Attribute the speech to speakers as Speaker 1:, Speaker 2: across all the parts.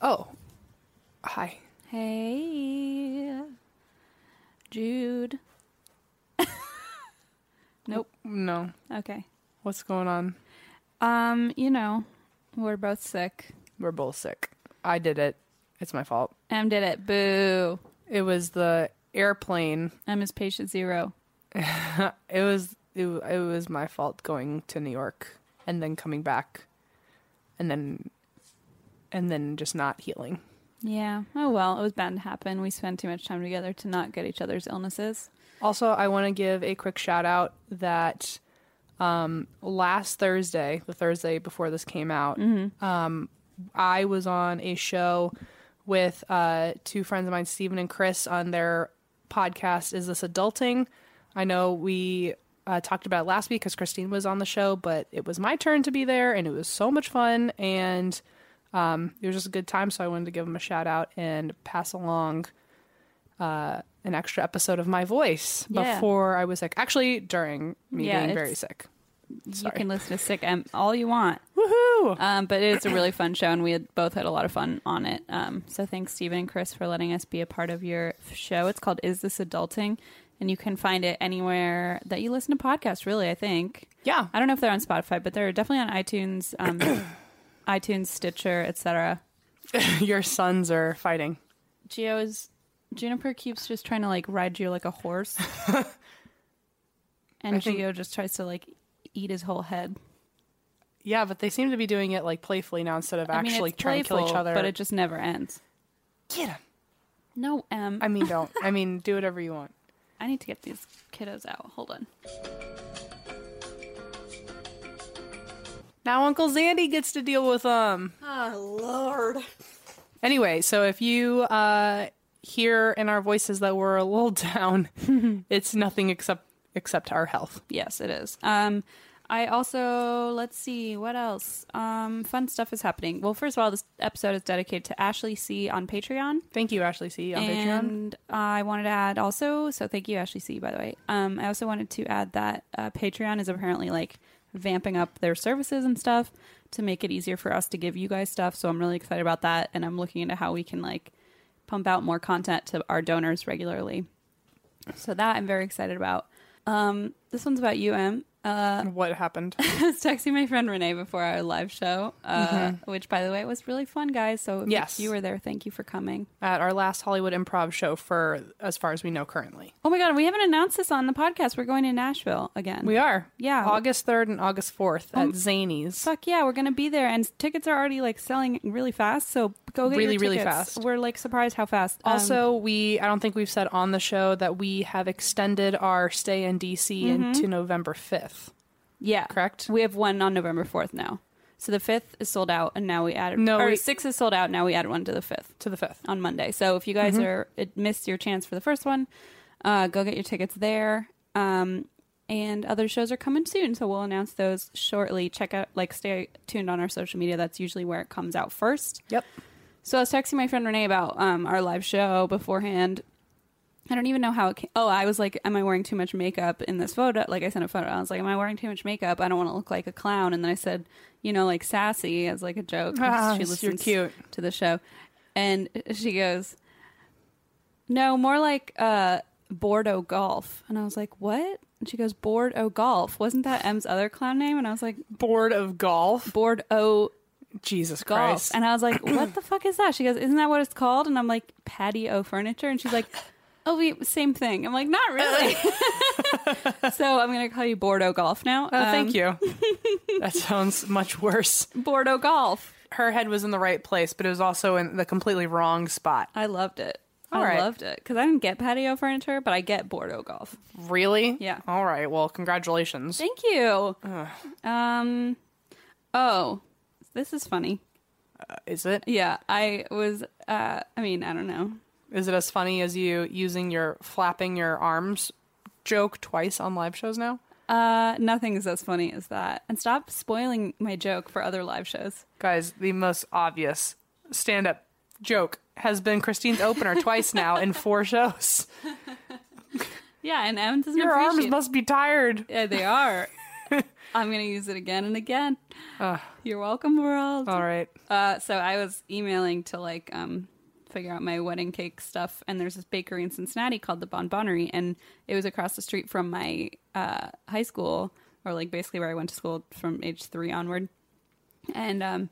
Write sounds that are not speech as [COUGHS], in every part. Speaker 1: Oh, hi.
Speaker 2: Hey, Jude. [LAUGHS] nope.
Speaker 1: No,
Speaker 2: Okay.
Speaker 1: what's going on?
Speaker 2: Um, you know, we're both sick.
Speaker 1: We're both sick. I did it. It's my fault.
Speaker 2: Em did it. Boo.
Speaker 1: It was the airplane.
Speaker 2: Em is patient zero.
Speaker 1: It was it, wa- it was my fault going to New York and then coming back, and then and then just not healing.
Speaker 2: Yeah. Oh well, it was bound to happen. We spend too much time together to not get each other's illnesses.
Speaker 1: Also, I want to give a quick shout out that um, last Thursday, the Thursday before this came out,
Speaker 2: Mm-hmm.
Speaker 1: um, I was on a show with uh, two friends of mine, Stephen and Chris, on their podcast, Is This Adulting? I know we uh, talked about it last week because Christine was on the show, but it was my turn to be there and it was so much fun. And um, it was just a good time. So I wanted to give them a shout out and pass along uh, an extra episode of my voice
Speaker 2: Yeah.
Speaker 1: before I was sick. Actually, during me
Speaker 2: Yeah,
Speaker 1: being
Speaker 2: it's-
Speaker 1: very sick.
Speaker 2: You can listen to Sick Em all you want.
Speaker 1: Woohoo!
Speaker 2: Um, but it's a really fun show, and we had both had a lot of fun on it. Um, so thanks, Stephen and Chris, for letting us be a part of your show. It's called "Is This Adulting," and you can find it anywhere that you listen to podcasts. Really, I think.
Speaker 1: Yeah.
Speaker 2: I don't know if they're on Spotify, but they're definitely on iTunes, um, [COUGHS] iTunes, Stitcher, etc.
Speaker 1: [LAUGHS] Your sons are fighting.
Speaker 2: Geo is Juniper keeps just trying to like ride Geo like
Speaker 1: [LAUGHS]
Speaker 2: a horse, and
Speaker 1: I think-
Speaker 2: Geo just tries to like eat his whole head.
Speaker 1: Yeah, but they seem to be doing it like playfully now instead of actually
Speaker 2: I mean, it's
Speaker 1: trying
Speaker 2: playful,
Speaker 1: to kill each other.
Speaker 2: but it just never ends.
Speaker 1: get 'em.
Speaker 2: No, um,
Speaker 1: I mean, don't. I mean, do whatever you want.
Speaker 2: I need to get these kiddos out. Hold on.
Speaker 1: Now Uncle Zandy gets to deal with them.
Speaker 3: Oh, Lord.
Speaker 1: Anyway, so if you uh, hear in our voices that we're a little [LAUGHS] down, [LAUGHS] it's nothing except except our health.
Speaker 2: Yes, it is. Um, I also let's see what else. Um, fun stuff is happening. Well, first of all, this episode is dedicated to Ashley C on Patreon,
Speaker 1: Thank you, Ashley C. on Patreon.
Speaker 2: and I wanted to add also. So thank you, Ashley C. By the way, um, I also wanted to add that uh, Patreon is apparently like vamping up their services and stuff to make it easier for us to give you guys stuff. So I'm really excited about that, and I'm looking into how we can like pump out more content to our donors regularly. So that I'm very excited about. Um, this one's about you, Em. Uh, [LAUGHS]
Speaker 1: What happened?
Speaker 2: I was texting my friend Renee before our live show, uh, which, by the way, was really fun, guys. So if
Speaker 1: Mm-hmm. Yes.
Speaker 2: you were there, thank you for coming.
Speaker 1: At our last Hollywood improv show for as far as we know currently.
Speaker 2: Oh my god, we haven't announced this on the podcast. We're going to Nashville again.
Speaker 1: We are.
Speaker 2: Yeah.
Speaker 1: August 3rd and August 4th at Zanies.
Speaker 2: Fuck yeah, we're gonna be there, and tickets are already like selling really fast. So go get
Speaker 1: Really,
Speaker 2: your
Speaker 1: really
Speaker 2: tickets.
Speaker 1: fast.
Speaker 2: We're like surprised how fast. Um,
Speaker 1: Also, we I don't think we've said on the show that we have extended our stay in DC
Speaker 2: Mm-hmm.
Speaker 1: into November 5th.
Speaker 2: yeah,
Speaker 1: correct?
Speaker 2: We have one on November fourth now. So the fifth is sold out, and now we added
Speaker 1: No,
Speaker 2: or
Speaker 1: we-
Speaker 2: six is sold out. Now we added one to the fifth.
Speaker 1: To the 5th.
Speaker 2: on Monday. So if you guys
Speaker 1: Mm-hmm.
Speaker 2: are it missed your chance for the first one, uh, go get your tickets there. Um, and other shows are coming soon, so we'll announce those shortly. Check out, like, stay tuned on our social media. That's usually where it comes out first.
Speaker 1: Yep.
Speaker 2: So I was texting my friend Renee about um, our live show beforehand. I don't even know how it came. Oh, I was like, am I wearing too much makeup in this photo? Like, I sent a photo. I was like, am I wearing too much makeup? I don't want to look like a clown. And then I said, you know, like sassy as like a joke. 'cause
Speaker 1: Ah, you're cute.
Speaker 2: to the show. And she goes, no, more like uh, Bordeaux Golf. And I was like, what? And she goes, Bordeaux Golf. Wasn't that M's other clown name? And I was like,
Speaker 1: Board of golf.
Speaker 2: Bordeaux
Speaker 1: Jesus
Speaker 2: Golf.
Speaker 1: Christ.
Speaker 2: And I was like, what the fuck is that? She goes, isn't that what it's called? And I'm like, patio furniture. And she's like, oh, wait, same thing. I'm like, not really. [LAUGHS] so I'm going to call you Bordeaux Golf now. Um,
Speaker 1: oh, thank you.
Speaker 2: [LAUGHS]
Speaker 1: that sounds much worse.
Speaker 2: Bordeaux Golf.
Speaker 1: Her head was in the right place, but it was also in the completely wrong spot.
Speaker 2: I loved it.
Speaker 1: All
Speaker 2: I
Speaker 1: right.
Speaker 2: loved it because I didn't get patio furniture, but I get Bordeaux golf.
Speaker 1: Really?
Speaker 2: Yeah.
Speaker 1: All right. Well, congratulations.
Speaker 2: Thank you. Um, oh, this is funny.
Speaker 1: Is it?
Speaker 2: Yeah, I was. Uh, I mean, I don't know.
Speaker 1: Is it as funny as you using your flapping your arms joke twice on live shows now?
Speaker 2: Uh, nothing is as funny as that. And stop spoiling my joke for other live shows.
Speaker 1: Guys, the most obvious stand up joke has been Christine's opener twice now in four shows.
Speaker 2: Yeah, and Em doesn't
Speaker 1: Your arms
Speaker 2: appreciate-
Speaker 1: must be tired.
Speaker 2: Yeah, they are. I'm gonna use it again and again. You're welcome, world.
Speaker 1: All right.
Speaker 2: Uh, so I was emailing to like um, figure out my wedding cake stuff, and there's this bakery in Cincinnati called the Bonbonnery, and it was across the street from my uh, high school, or like basically where I went to school from age three onward. And um,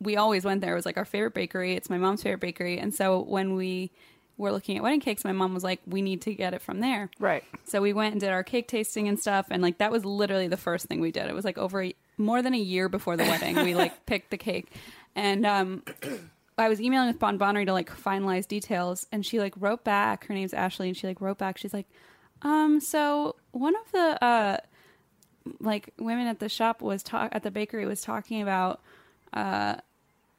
Speaker 2: we always went there. It was like our favorite bakery. It's my mom's favorite bakery, and so when we were looking at wedding cakes, my mom was like, "We need to get it from there."
Speaker 1: Right.
Speaker 2: So we went and did our cake tasting and stuff, and like that was literally the first thing we did. It was like over a, more than a year before the wedding. we like picked the cake, and um, I was emailing with Bon Bonnery to like finalize details, and she like wrote back. Her name's Ashley, and she like wrote back. She's like, um, so one of the uh, like women at the shop was talk at the bakery was talking about uh,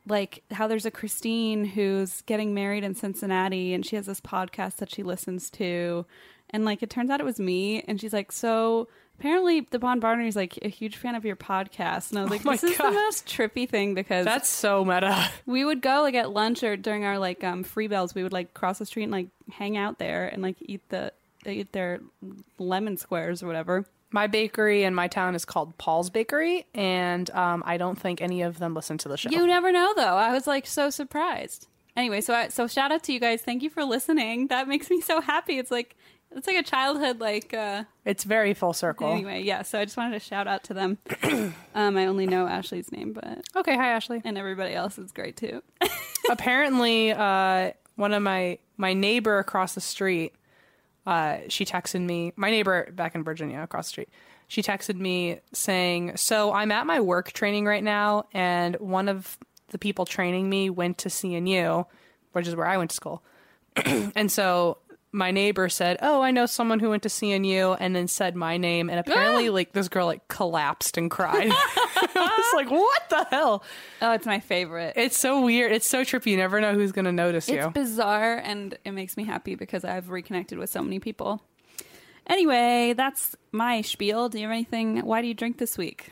Speaker 2: like how there's a Christine who's getting married in Cincinnati and she has this podcast that she listens to. And like it turns out it was me. And she's like, So apparently the Bon Barney is like a huge fan of your podcast. And I was like,
Speaker 1: Oh my
Speaker 2: This is the
Speaker 1: God.
Speaker 2: most trippy thing because
Speaker 1: That's so meta.
Speaker 2: we would go like at lunch or during our like um free bells, we would like cross the street and like hang out there and like eat the eat their lemon squares or whatever.
Speaker 1: My bakery in my town is called Paul's Bakery, and um, I don't think any of them listen to the show.
Speaker 2: You never know, though. I was like so surprised. Anyway, so I, so shout out to you guys. Thank you for listening. That makes me so happy. It's like it's like a childhood like. uh
Speaker 1: It's very full circle.
Speaker 2: Anyway, yeah. So I just wanted to shout out to [CLEARS THROAT] them. um, I only know Ashley's name, but
Speaker 1: Okay, hi Ashley.
Speaker 2: and everybody else is great too.
Speaker 1: Apparently, uh, one of my my neighbor across the street, uh, she texted me. My neighbor back in Virginia, across the street, she texted me saying, "So I'm at my work training right now, and one of the people training me went to CNU, which is where I went to school, [CLEARS THROAT] and so." My neighbor said, "Oh, I know someone who went to CNU," and then said my name, and apparently, like this girl, like collapsed and cried. [LAUGHS] I was like, "What the hell?"
Speaker 2: Oh, it's my favorite.
Speaker 1: It's so weird. It's so trippy. You never know who's going to notice
Speaker 2: It's
Speaker 1: you.
Speaker 2: bizarre, and it makes me happy because I've reconnected with so many people. Anyway, that's my spiel. Do you have anything? Why do you drink this week?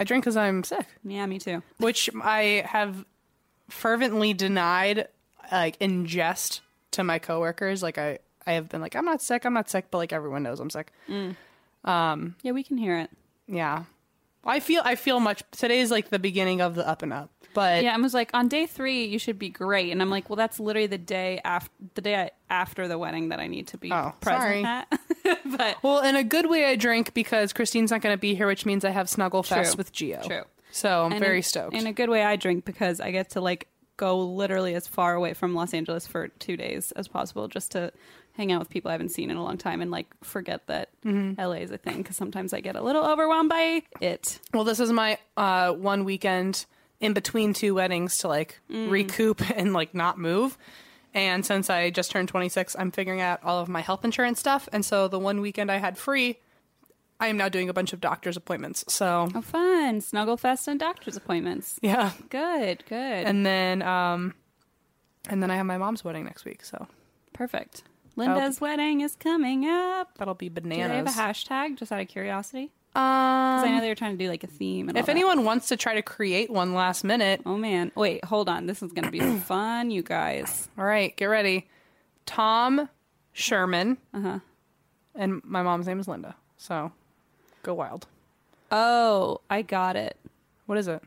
Speaker 1: I drink because I'm sick,
Speaker 2: Yeah, me too.
Speaker 1: which I have fervently denied, like in jest to my coworkers. Like I, I have been like, I'm not sick. I'm not sick, but like everyone knows I'm sick.
Speaker 2: Yeah, we can hear it.
Speaker 1: Yeah, I feel I feel much. Today's like the beginning of the up and up, but
Speaker 2: yeah, and was like, on day three, you should be great. And I'm like, well, that's literally the day after the day I- after the wedding that I need to be
Speaker 1: Oh, sorry.
Speaker 2: present at. [LAUGHS] but
Speaker 1: well, in a good way, I drink because Christine's not going to be here, which means I have Snuggle Fest
Speaker 2: True.
Speaker 1: with Geo.
Speaker 2: True.
Speaker 1: So I'm
Speaker 2: and
Speaker 1: very
Speaker 2: in-
Speaker 1: stoked.
Speaker 2: In a good way, I drink because I get to like go literally as far away from Los Angeles for two days as possible just to hang out with people I haven't seen in a long time and like forget that
Speaker 1: Mm-hmm.
Speaker 2: LA is a thing because sometimes I get a little overwhelmed by it.
Speaker 1: Well, this is my uh, one weekend in between two weddings to like
Speaker 2: Mm.
Speaker 1: recoup [LAUGHS] and like not move. And since I just turned 26, I'm figuring out all of my health insurance stuff. And so the one weekend I had free, I am now doing a bunch of doctor's appointments. So
Speaker 2: Oh, fun. Snuggle fest and doctor's appointments.
Speaker 1: yeah.
Speaker 2: Good, good.
Speaker 1: And then, um, and then I have my mom's wedding next week. So
Speaker 2: Perfect. Linda's wedding is coming up.
Speaker 1: that'll be
Speaker 2: Do they have a
Speaker 1: bananas.
Speaker 2: hashtag just out of curiosity?
Speaker 1: Um,
Speaker 2: Because I know they were trying to do like a theme. And all
Speaker 1: if
Speaker 2: that.
Speaker 1: anyone wants to try to create one last minute,
Speaker 2: oh man, wait, hold on. This is going
Speaker 1: [CLEARS THROAT]
Speaker 2: to be fun, you guys.
Speaker 1: All right, get ready. Tom Sherman.
Speaker 2: Uh-huh.
Speaker 1: And my mom's name is Linda. So go wild.
Speaker 2: Oh, I got it
Speaker 1: What is it?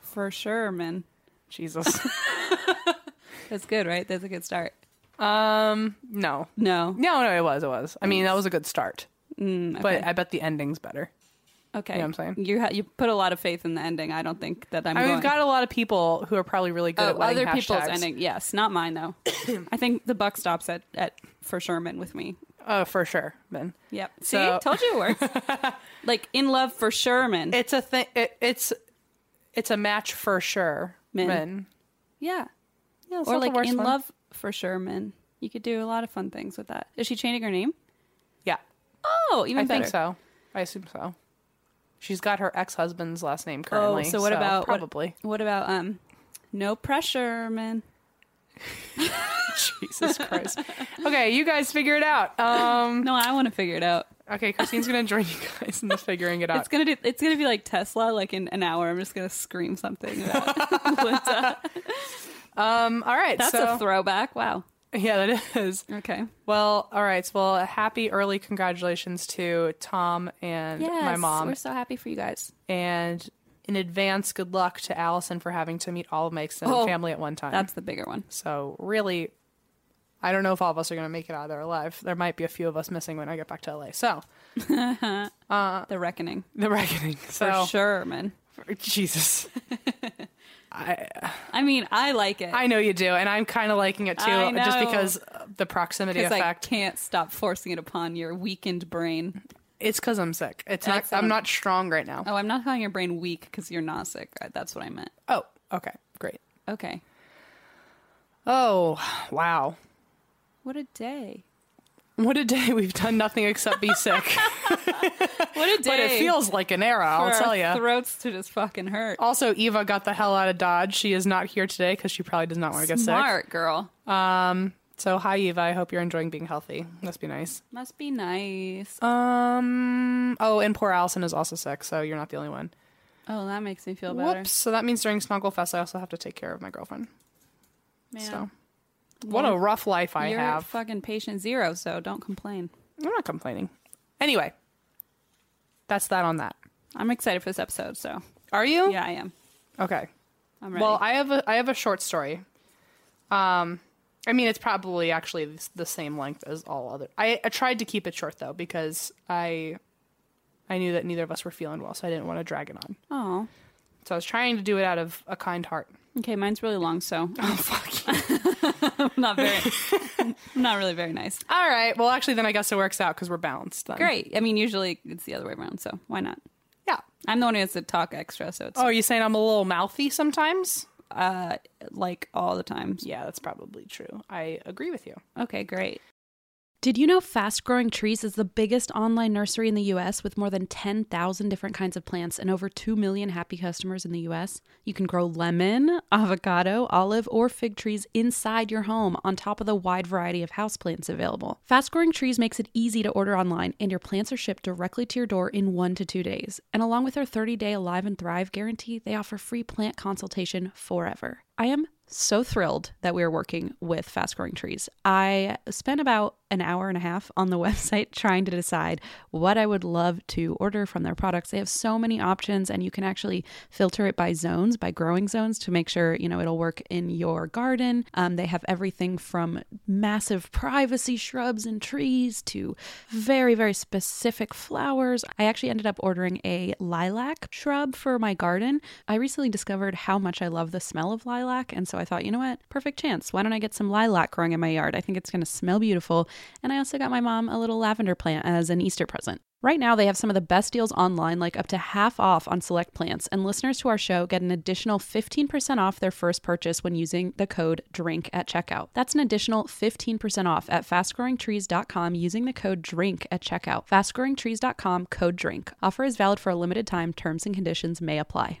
Speaker 2: for sure, man.
Speaker 1: Jesus.
Speaker 2: That's good, right? That's a good start.
Speaker 1: [LAUGHS] Um, no,
Speaker 2: No.
Speaker 1: no, no. It was, it was. I mean, that was a good start,
Speaker 2: Mm, okay.
Speaker 1: but I bet the ending's better.
Speaker 2: okay.
Speaker 1: you know what I'm saying?
Speaker 2: You ha- you put a lot of faith in the ending. I don't think that I'm.
Speaker 1: I mean,
Speaker 2: going.
Speaker 1: we've got a lot of people who are probably really good
Speaker 2: Oh,
Speaker 1: at wedding
Speaker 2: other people's
Speaker 1: hashtags.
Speaker 2: ending. Yes, not
Speaker 1: [COUGHS]
Speaker 2: mine though. I think the buck stops at at for Sherman with me.
Speaker 1: Oh, for sure, Ben.
Speaker 2: Yep. See,
Speaker 1: So-
Speaker 2: told you it works.
Speaker 1: [LAUGHS]
Speaker 2: like in love for Sherman.
Speaker 1: It's a thing. It, it's it's a match for sure,
Speaker 2: Men.
Speaker 1: Men.
Speaker 2: yeah.
Speaker 1: Yeah, it's
Speaker 2: Or
Speaker 1: not the
Speaker 2: like
Speaker 1: worst
Speaker 2: in
Speaker 1: one.
Speaker 2: love for Sherman. You could do a lot of fun things with that. Is she changing her name?
Speaker 1: Yeah,
Speaker 2: Oh,
Speaker 1: I
Speaker 2: even better.
Speaker 1: think so. I assume so. She's got her ex husband's last name
Speaker 2: Oh,
Speaker 1: currently.
Speaker 2: so what about what-
Speaker 1: probably? [LAUGHS]
Speaker 2: What, about um, no pressure, man?
Speaker 1: Jesus Christ. Okay, you guys figure it out. Um,
Speaker 2: No, I want to figure it out.
Speaker 1: okay, Christine's gonna join you guys in the
Speaker 2: [LAUGHS]
Speaker 1: figuring it out.
Speaker 2: It's gonna do, it's gonna be like Tesla. Like in an hour, I'm just gonna scream something. About Linda.
Speaker 1: Um, all right,
Speaker 2: That's
Speaker 1: so
Speaker 2: a throwback. Wow.
Speaker 1: [LAUGHS] yeah, that is.
Speaker 2: Okay.
Speaker 1: Well, all right. so, Well, happy early congratulations to Tom and my mom,
Speaker 2: We're so happy for you guys.
Speaker 1: and in advance, good luck to Allison for having to meet all of my extended
Speaker 2: Oh,
Speaker 1: family at one time.
Speaker 2: That's the bigger one.
Speaker 1: So really, I don't know if all of us are going to make it out of there alive. There might be a few of us missing when I get back to LA. So
Speaker 2: The reckoning.
Speaker 1: the reckoning. Uh, So
Speaker 2: For sure, man.
Speaker 1: Jesus, I
Speaker 2: I mean, I like it
Speaker 1: [LAUGHS] I know you do, and I'm kind of liking it too,
Speaker 2: I
Speaker 1: just
Speaker 2: know.
Speaker 1: because uh, the proximity
Speaker 2: because I
Speaker 1: effect.
Speaker 2: can't stop forcing it upon your weakened brain.
Speaker 1: It's because I'm sick. It's not.
Speaker 2: Excellent.
Speaker 1: I'm not strong right now.
Speaker 2: um, Oh, I'm not calling your brain weak because you're not sick. Uh, That's what I meant.
Speaker 1: Oh, okay, great.
Speaker 2: Okay.
Speaker 1: Oh, wow.
Speaker 2: What a day.
Speaker 1: What a day! We've done nothing except
Speaker 2: [LAUGHS]
Speaker 1: be sick,
Speaker 2: What a day.
Speaker 1: [LAUGHS] but it feels like an era.
Speaker 2: for
Speaker 1: I'll
Speaker 2: our
Speaker 1: tell you.
Speaker 2: Throats to just fucking hurt.
Speaker 1: also, Eva got the hell out of Dodge. She is not here today because she probably does not want to get sick.
Speaker 2: Smart girl.
Speaker 1: Um. So hi, Eva. I hope you're enjoying being healthy. Must be nice.
Speaker 2: Must be nice.
Speaker 1: Um. Oh, and poor Allison is also sick, so you're not the only one.
Speaker 2: Oh, that makes me feel better.
Speaker 1: Whoops. So that means during Snugglefest, I also have to take care of my girlfriend.
Speaker 2: Man.
Speaker 1: So what a rough life I
Speaker 2: you're
Speaker 1: have.
Speaker 2: fucking patient zero, so don't complain.
Speaker 1: I'm not complaining. Anyway, that's that on that.
Speaker 2: I'm excited for this episode, so
Speaker 1: Are you?
Speaker 2: yeah, I am.
Speaker 1: Okay.
Speaker 2: I'm ready.
Speaker 1: Oh. Well, I have a I have a short story. Um, I mean, it's probably actually th- the same length as all other. I, I tried to keep it short though because I I knew that neither of us were feeling well, so I didn't want to drag it on.
Speaker 2: oh,
Speaker 1: So I was trying to do it out of a kind heart.
Speaker 2: okay. Mine's really long, so
Speaker 1: [LAUGHS] Oh fuck!
Speaker 2: I'm [LAUGHS] not very, I'm not really very nice.
Speaker 1: all right. Well, actually, then I guess it works out because we're balanced. Then.
Speaker 2: Great. I mean, usually it's the other way around, so why not?
Speaker 1: Yeah.
Speaker 2: I'm the one who has to talk extra, so it's
Speaker 1: Oh, are you saying I'm a little mouthy sometimes?
Speaker 2: uh like all the time.
Speaker 1: Yeah, that's probably true. I agree with you.
Speaker 2: Okay, great.
Speaker 3: Did you know Fast Growing Trees is the biggest online nursery in the US with more than 10,000 different kinds of plants and over 2 million happy customers in the US? You can grow lemon, avocado, olive, or fig trees inside your home on top of the wide variety of houseplants available. Fast Growing Trees makes it easy to order online and your plants are shipped directly to your door in 1 to 2 days. And along with their 30-day Alive and Thrive guarantee, they offer free plant consultation forever. I am so thrilled that we are working with fast growing trees. I spent about an hour and a half on the [LAUGHS] website trying to decide what I would love to order from their products. They have so many options and you can actually filter it by zones, by growing zones to make sure, you know, it'll work in your garden. Um, they have everything from massive privacy shrubs and trees to very, very specific flowers. I actually ended up ordering a lilac shrub for my garden. I recently discovered how much I love the smell of lilac, and so I thought, you know what? Perfect chance. Why don't I get some lilac growing in my yard? I think it's going to smell beautiful. And I also got my mom a little lavender plant as an Easter present. Right now, they have some of the best deals online, like up to half off on select plants, and listeners to our show get an additional 15% off their first purchase when using the code DRINK at checkout. That's an additional 15% off at fastgrowingtrees.com using the code DRINK at checkout. Fastgrowingtrees.com code DRINK. Offer is valid for a limited time, terms and conditions may apply.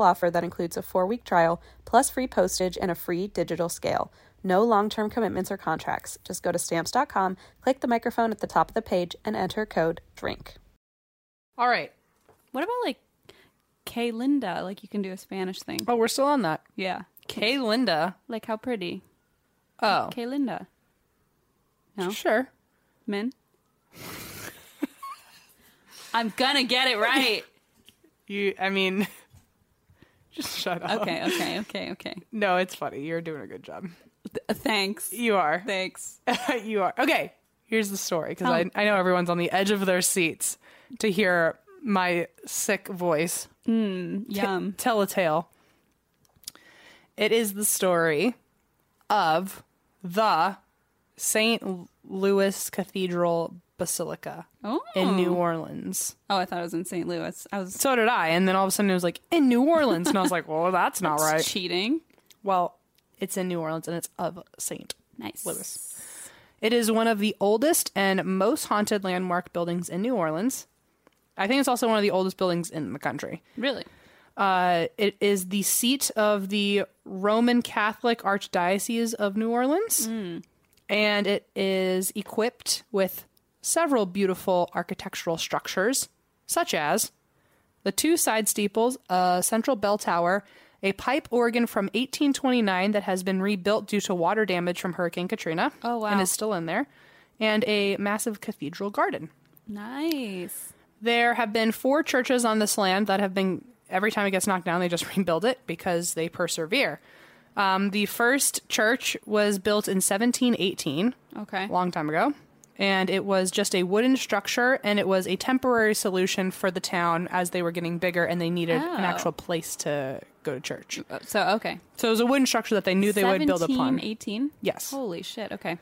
Speaker 4: offer that includes a four week trial, plus free postage and a free digital scale. No long term commitments or contracts. Just go to stamps.com, click the microphone at the top of the page, and enter code DRINK.
Speaker 1: All right.
Speaker 2: What about like K Linda? Like you can do a Spanish thing.
Speaker 1: Oh, we're still on that.
Speaker 2: Yeah.
Speaker 1: K Linda.
Speaker 2: Like how pretty.
Speaker 1: Oh,
Speaker 2: K Linda. No?
Speaker 1: sure.
Speaker 2: Min? I'm gonna get it right.
Speaker 1: You. I mean, [LAUGHS] just shut up.
Speaker 2: Okay, okay, okay, okay.
Speaker 1: No, it's funny. You're doing a good job.
Speaker 2: Th- thanks.
Speaker 1: You are. [LAUGHS]
Speaker 2: Thanks.
Speaker 1: you are. Okay. Here's the story because I, I know everyone's on the edge of their seats to hear my sick voice
Speaker 2: Yum.
Speaker 1: tell a tale. It is the story of the St. Louis Cathedral Basilica
Speaker 2: Oh.
Speaker 1: in New Orleans.
Speaker 2: Oh, I thought it was in St. Louis. I was
Speaker 1: So did I. And then all of a sudden it was like, in New Orleans. And I was like, well, that's not right.
Speaker 2: cheating.
Speaker 1: Well, it's in New Orleans and it's of St.
Speaker 2: Nice.
Speaker 1: Louis. It is one of the oldest and most haunted landmark buildings in New Orleans. I think it's also one of the oldest buildings in the country.
Speaker 2: Really?
Speaker 1: Uh, it is the seat of the Roman Catholic Archdiocese of New Orleans,
Speaker 2: Hmm.
Speaker 1: and it is equipped with several beautiful architectural structures, such as the two side steeples, a central bell tower, a pipe organ from 1829 that has been rebuilt due to water damage from Hurricane Katrina.
Speaker 2: Oh, wow.
Speaker 1: And is still in there, and a massive cathedral garden.
Speaker 2: Nice.
Speaker 1: There have been four churches on this land that have been, every time it gets knocked down, they just [LAUGHS] rebuild it because they persevere. Um, the first church was built in 1718,
Speaker 2: Okay.
Speaker 1: a long time ago, and it was just a wooden structure and it was a temporary solution for the town as they were getting bigger and they needed
Speaker 2: Oh.
Speaker 1: an actual place to go to church.
Speaker 2: So okay.
Speaker 1: So it was a wooden structure that they knew they would build upon.
Speaker 2: 18?
Speaker 1: Yes. Um,
Speaker 2: Holy shit. Okay.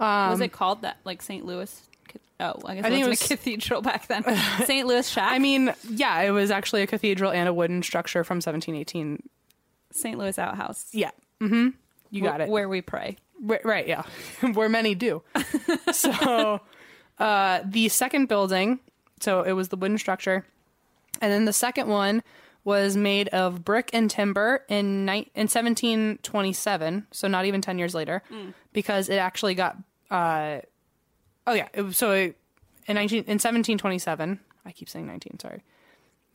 Speaker 2: was it called that? Like St. Louis? Ca- Oh, I guess
Speaker 1: I
Speaker 2: it
Speaker 1: think
Speaker 2: was,
Speaker 1: it
Speaker 2: a
Speaker 1: was-
Speaker 2: cathedral
Speaker 1: [LAUGHS]
Speaker 2: back then. St. Louis shack.
Speaker 1: I mean, yeah, it was actually a cathedral and a wooden structure from 1718.
Speaker 2: St. Louis outhouse.
Speaker 1: Yeah. hmm You got it.
Speaker 2: Where we pray.
Speaker 1: Right, right yeah, [LAUGHS] where many do. so, uh, the second building, so it was the wooden structure, and then the second one was made of brick and timber in ni- in 1727, so not even 10 years later, because it actually got. Uh, oh yeah, it, was- so it, in 19 in 1727, I keep saying 19. Sorry,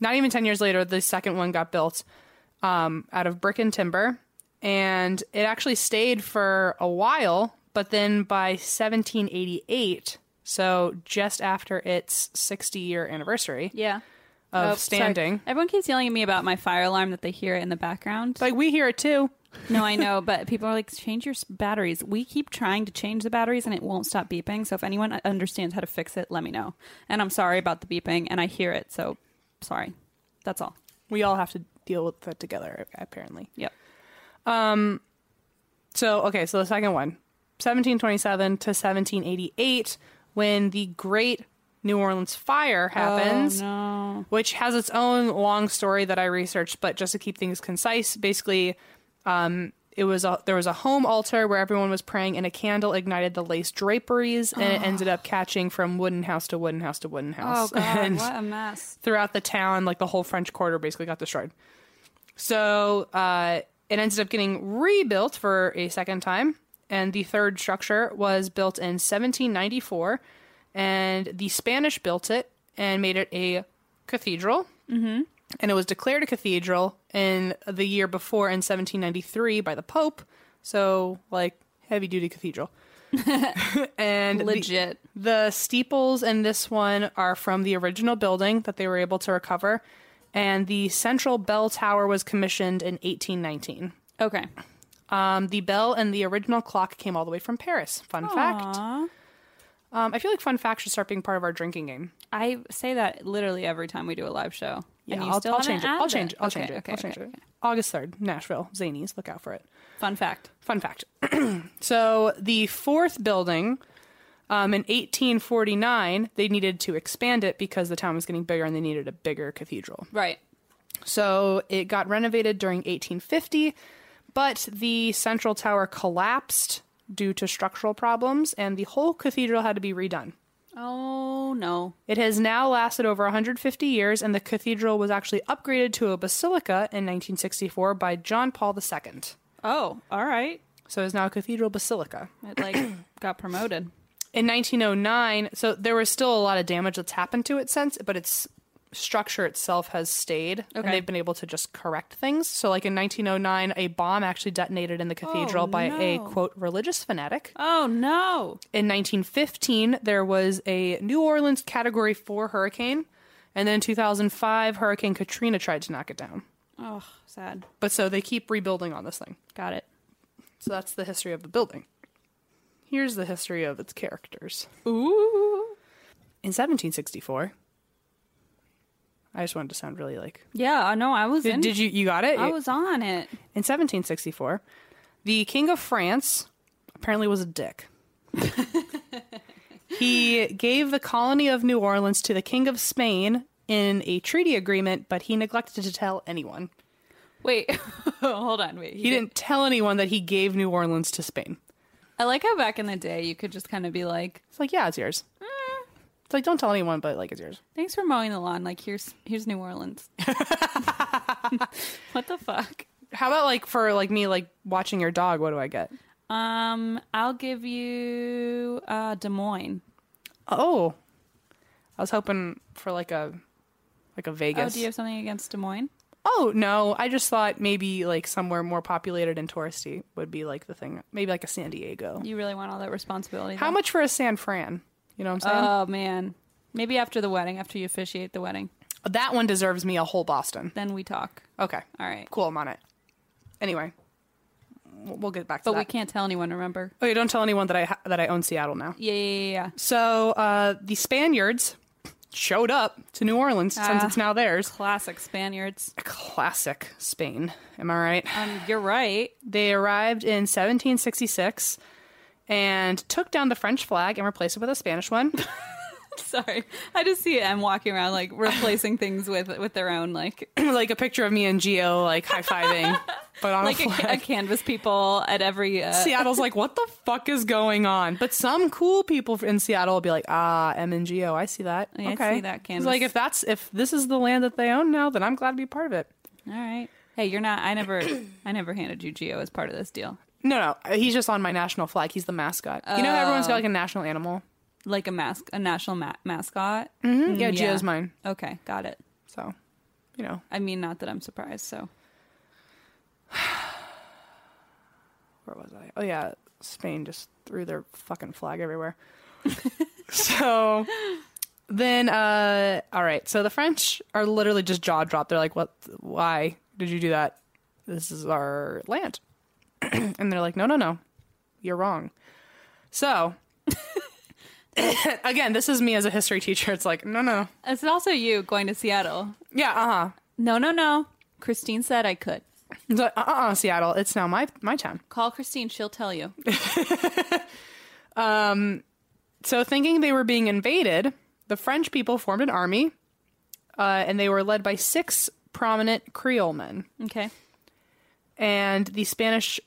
Speaker 1: not even 10 years later, the second one got built um, out of brick and timber. And it actually stayed for a while, but then by 1788, so just after its 60 year anniversary
Speaker 2: Yeah.
Speaker 1: of
Speaker 2: Oh, sorry.
Speaker 1: standing,
Speaker 2: Everyone keeps yelling at me about my fire alarm that they hear it in the background.
Speaker 1: like we hear it too.
Speaker 2: no, I
Speaker 1: [LAUGHS]
Speaker 2: know, but people are like, change your s- batteries. We keep trying to change the batteries and it won't stop beeping. So if anyone uh, understands how to fix it, let me know. And I'm sorry about the beeping and I hear it. So sorry. That's all.
Speaker 1: We all have to deal with that together, apparently.
Speaker 2: Yep.
Speaker 1: So, okay, so the second one, 1727 to 1788, when the Great New Orleans Fire Oh, happens.
Speaker 2: No.
Speaker 1: which has its own long story that I researched, but just to keep things concise, basically, um, it was a, there was a home altar where everyone was praying, and a candle ignited the lace draperies, and
Speaker 2: [GASPS]
Speaker 1: it ended up catching from wooden house to wooden house to wooden
Speaker 2: Oh, [LAUGHS]
Speaker 1: house, [LAUGHS]
Speaker 2: God.
Speaker 1: and
Speaker 2: What a mess.
Speaker 1: throughout the town, like the whole French Quarter, basically got destroyed. So uh, it ended up getting rebuilt for a second time, and the third structure was built in 1794, and the Spanish built it and made it a cathedral. Mm-hmm. And it was declared a cathedral in the year before in 1793 by the Pope. So, like, heavy duty cathedral. [LAUGHS] and the-
Speaker 2: Legit.
Speaker 1: the steeples in this one are from the original building that they were able to recover, and the central bell tower was commissioned in 1819.
Speaker 2: Okay.
Speaker 1: Um, the bell and the original clock came all the way from Paris. Fun fact.
Speaker 2: Aw.
Speaker 1: Um, I feel like fun facts should start being part of our drinking game.
Speaker 2: I say that literally every time we do a live show. and you
Speaker 1: I'll,
Speaker 2: still
Speaker 1: I'll
Speaker 2: haven't
Speaker 1: change it.
Speaker 2: added
Speaker 1: I'll change it. I'll
Speaker 2: Okay,
Speaker 1: change it.
Speaker 2: okay,
Speaker 1: I'll change
Speaker 2: okay.
Speaker 1: it. August 3rd, Nashville, Zanies. Look out for it.
Speaker 2: Fun fact.
Speaker 1: Fun fact. [CLEARS THROAT] so the fourth building, um, in 1849, they needed to expand it because the town was getting bigger and they needed a bigger cathedral.
Speaker 2: Right.
Speaker 1: So it got renovated during 1850, but the central tower collapsed due to structural problems and the whole cathedral had to be redone.
Speaker 2: Oh no.
Speaker 1: It has now lasted over 150 years, and the cathedral was actually upgraded to a basilica in 1964 by John Paul II.
Speaker 2: Oh, all right.
Speaker 1: So it is now a cathedral basilica.
Speaker 2: It [CLEARS THROAT] like got promoted.
Speaker 1: In 1909, so there was still a lot of damage that's happened to it since, but its structure itself has stayed, and
Speaker 2: Okay.
Speaker 1: they've been able to just correct things. So, like in 1909, a bomb actually detonated in the cathedral by a
Speaker 2: Oh, no.
Speaker 1: quote religious fanatic.
Speaker 2: Oh no.
Speaker 1: In 1915, there was a New Orleans Category 4 hurricane. And then in 2005, Hurricane Katrina tried to knock it down.
Speaker 2: Oh, sad.
Speaker 1: But so they keep rebuilding on this thing.
Speaker 2: Got it.
Speaker 1: So that's the history of the building. Here's the history of its characters.
Speaker 2: Ooh.
Speaker 1: In 1764, I just wanted to sound really like.
Speaker 2: Yeah, I know. I was
Speaker 1: Did,
Speaker 2: in.
Speaker 1: did you? You got it?
Speaker 2: I was on it.
Speaker 1: In 1764, the King of France apparently was a [LAUGHS] dick. he gave the colony of New Orleans to the King of Spain in a treaty agreement, but he neglected to tell anyone.
Speaker 2: Wait, [LAUGHS] hold on. Wait,
Speaker 1: He didn't tell anyone that he gave New Orleans to Spain.
Speaker 2: I like how back in the day you could just kind of be like,
Speaker 1: It's like, yeah, it's yours. It's like, don't tell anyone, but like, it's yours.
Speaker 2: "Thanks for mowing the lawn." Like, here's here's New [LAUGHS] Orleans. what the fuck?
Speaker 1: How about like for like me like watching your dog? What do I get?
Speaker 2: Um, I'll give you uh Des Moines.
Speaker 1: Oh, I was hoping for like a like a Vegas.
Speaker 2: Oh, do you have something against Des Moines?
Speaker 1: Oh no, I just thought maybe like somewhere more populated and touristy would be like the thing. Maybe like a San Diego.
Speaker 2: You really want all that responsibility?
Speaker 1: How
Speaker 2: though?
Speaker 1: much for a San Fran? You know what I'm saying?
Speaker 2: Oh man, maybe after the wedding, after you officiate the wedding,
Speaker 1: that one deserves me a whole Boston.
Speaker 2: then we talk.
Speaker 1: Okay.
Speaker 2: All right,
Speaker 1: Cool, I'm on it. Anyway, we'll we'll get back to
Speaker 2: but
Speaker 1: that.
Speaker 2: we can't tell anyone. Remember?
Speaker 1: Oh, you don't tell anyone that I ha- that I own Seattle now.
Speaker 2: Yeah, yeah, yeah, yeah.
Speaker 1: So, uh the Spaniards showed up to New Orleans since
Speaker 2: Ah.
Speaker 1: it's now theirs.
Speaker 2: Classic Spaniards.
Speaker 1: Classic Spain. Am I right?
Speaker 2: [SIGHS] Um, you're right. [LAUGHS]
Speaker 1: They arrived in 1766 and took down the French flag and replaced it with a Spanish one. [LAUGHS]
Speaker 2: Sorry, I just see I'm walking around like replacing things with with their own [LAUGHS] like
Speaker 1: like a picture of me and Geo like high
Speaker 2: [LAUGHS]
Speaker 1: fiving, but on
Speaker 2: like
Speaker 1: a
Speaker 2: a,
Speaker 1: flag.
Speaker 2: ca- a canvas people at every uh,
Speaker 1: Seattle's like, what the fuck is going on? But some cool people in Seattle will be like, ah, M and Geo, I see that.
Speaker 2: Yeah, I
Speaker 1: okay,
Speaker 2: see that
Speaker 1: It's
Speaker 2: canvas.
Speaker 1: Like if that's if this is the land that they own now, then I'm glad to be part of it.
Speaker 2: All right. Hey, you're not. I [COUGHS] never. I never handed you Geo as part of this deal.
Speaker 1: No, no, he's just on my national flag. He's the mascot. you know, how everyone's got
Speaker 2: Oh.
Speaker 1: like a national animal. Hmm?
Speaker 2: Like a mask, a national ma- mascot. Mm,
Speaker 1: yeah, Geo's mine.
Speaker 2: Okay, got it.
Speaker 1: So, you know,
Speaker 2: I mean, not that I'm surprised. So
Speaker 1: where was I? Oh yeah, Spain just threw their fucking flag everywhere. so then uh all right, so the French are literally just jaw dropped. They're like, "What why did you do that? This is our land." [CLEARS THROAT] and they're like, "No, no, no. You're wrong." So [COUGHS] again, this is me as a history teacher. It's like, "No, no."
Speaker 2: it's also you going to Seattle.
Speaker 1: Yeah, uh-huh.
Speaker 2: No, no, no. Christine said I could.
Speaker 1: It's like, uh-uh, Seattle. It's now my my town.
Speaker 2: Call Christine. She'll tell [LAUGHS] you.
Speaker 1: So, thinking they were being invaded, the French people formed an army, uh, and they were led by six prominent Creole men.
Speaker 2: Okay.
Speaker 1: And the Spanish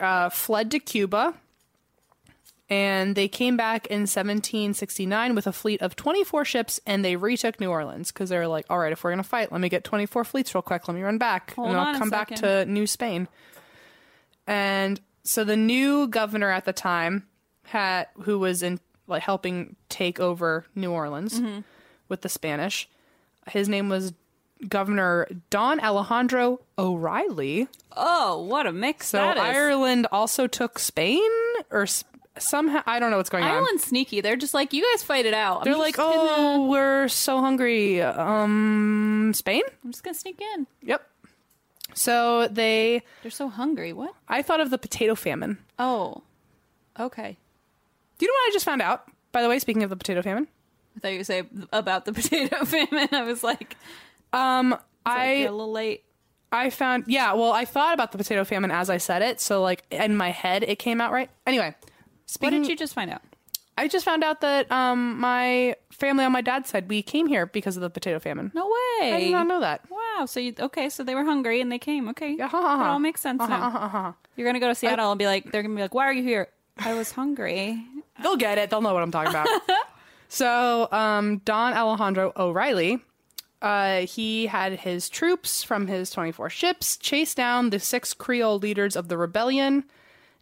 Speaker 1: uh, fled to Cuba, and they came back in 1769 with a fleet of 24 ships, and they retook New Orleans because they were like, "All right, if we're gonna fight, let me get 24 fleets real quick. Let me run back,
Speaker 2: Hold
Speaker 1: and
Speaker 2: on
Speaker 1: I'll
Speaker 2: a
Speaker 1: come back
Speaker 2: second.
Speaker 1: to New Spain." And so the new governor at the time had who was in like helping take over New Orleans
Speaker 2: Mm-hmm.
Speaker 1: with the Spanish. His name was Governor Don Alejandro O'Reilly.
Speaker 2: Oh, what a mix
Speaker 1: So
Speaker 2: that is.
Speaker 1: Ireland also took Spain or S- somehow I don't know what's going on.
Speaker 2: Island's sneaky. They're just like, you guys fight it out. I'm
Speaker 1: They're
Speaker 2: just
Speaker 1: like,
Speaker 2: gonna-
Speaker 1: oh, we're so hungry. Um, Spain.
Speaker 2: I'm just gonna sneak in.
Speaker 1: Yep. So they,
Speaker 2: They're so hungry. What?
Speaker 1: I thought of the potato famine.
Speaker 2: Oh, okay.
Speaker 1: Do you know what I just found out? By the way, speaking of the potato famine,
Speaker 2: I thought you were saying about the [LAUGHS] potato famine. I was like,
Speaker 1: um,
Speaker 2: I
Speaker 1: I
Speaker 2: a little late.
Speaker 1: I found yeah. Well, I thought about the potato famine as I said it, so like in my head it came out right. Anyway,
Speaker 2: What
Speaker 1: speaking,
Speaker 2: did you just find out?
Speaker 1: I just found out that um, my family on my dad's side we came here because of the potato famine.
Speaker 2: No way.
Speaker 1: I did not know that.
Speaker 2: Wow. So you okay? So they were hungry and they came. Okay.
Speaker 1: Yeah, ha, ha,
Speaker 2: It
Speaker 1: ha.
Speaker 2: all makes sense now. You're gonna go to Seattle and be like, they're gonna be like, why are you here? I was hungry.
Speaker 1: They'll get it. They'll know what I'm talking about. so, um, Don Alejandro O'Reilly, uh, he had his troops from his 24 ships chase down the six Creole leaders of the rebellion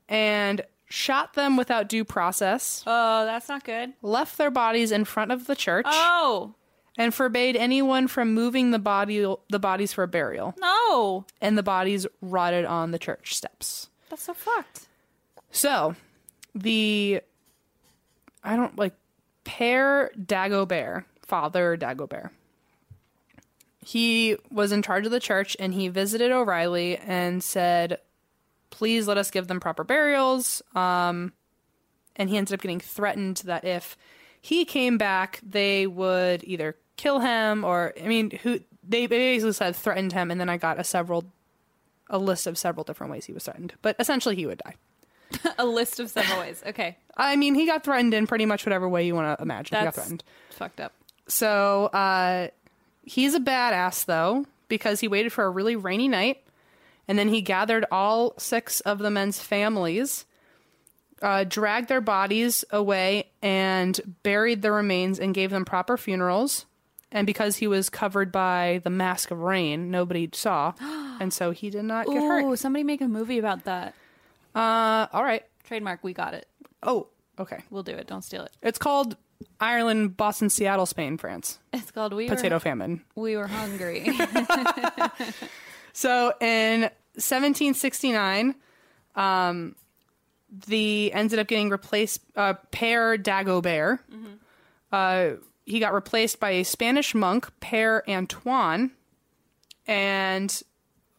Speaker 1: and shot them without due process,
Speaker 2: Oh, that's not good.
Speaker 1: left their bodies in front of the church,
Speaker 2: Oh
Speaker 1: and forbade anyone from moving the body the bodies for burial.
Speaker 2: no,
Speaker 1: And the bodies rotted on the church steps.
Speaker 2: that's so fucked.
Speaker 1: So, the I don't like Père Dagobert, Father Dagobert. He was in charge of the church and he visited O'Reilly and said, "Please let us give them proper burials." Um and he ended up getting threatened that if he came back, they would either kill him or I mean, who they basically said threatened him and then I got a several a list of several different ways he was threatened, but essentially he would die.
Speaker 2: [LAUGHS] a list of several ways. Okay,
Speaker 1: I mean, he got threatened in pretty much whatever way you want to imagine. he got
Speaker 2: that's
Speaker 1: threatened.
Speaker 2: fucked up.
Speaker 1: So uh, he's a badass though because he waited for a really rainy night, and then he gathered all six of the men's families, uh, dragged their bodies away, and buried the remains and gave them proper funerals. And because he was covered by the mask of rain, nobody
Speaker 2: [GASPS]
Speaker 1: saw, and so he did not get
Speaker 2: Ooh,
Speaker 1: hurt.
Speaker 2: somebody make a movie about that.
Speaker 1: Uh, all right.
Speaker 2: Trademark. We got it.
Speaker 1: Oh, okay.
Speaker 2: We'll do it. Don't steal it. [LAUGHS]
Speaker 1: It's called Ireland, Boston, Seattle, Spain, France.
Speaker 2: It's called We
Speaker 1: Potato
Speaker 2: Were
Speaker 1: famine.
Speaker 2: We Were Hungry. [LAUGHS]
Speaker 1: So in 1769, um, the ended up getting replaced. Uh, Pere Dagobert.
Speaker 2: Mm-hmm.
Speaker 1: Uh, he got replaced by a Spanish monk, Pere Antoine, and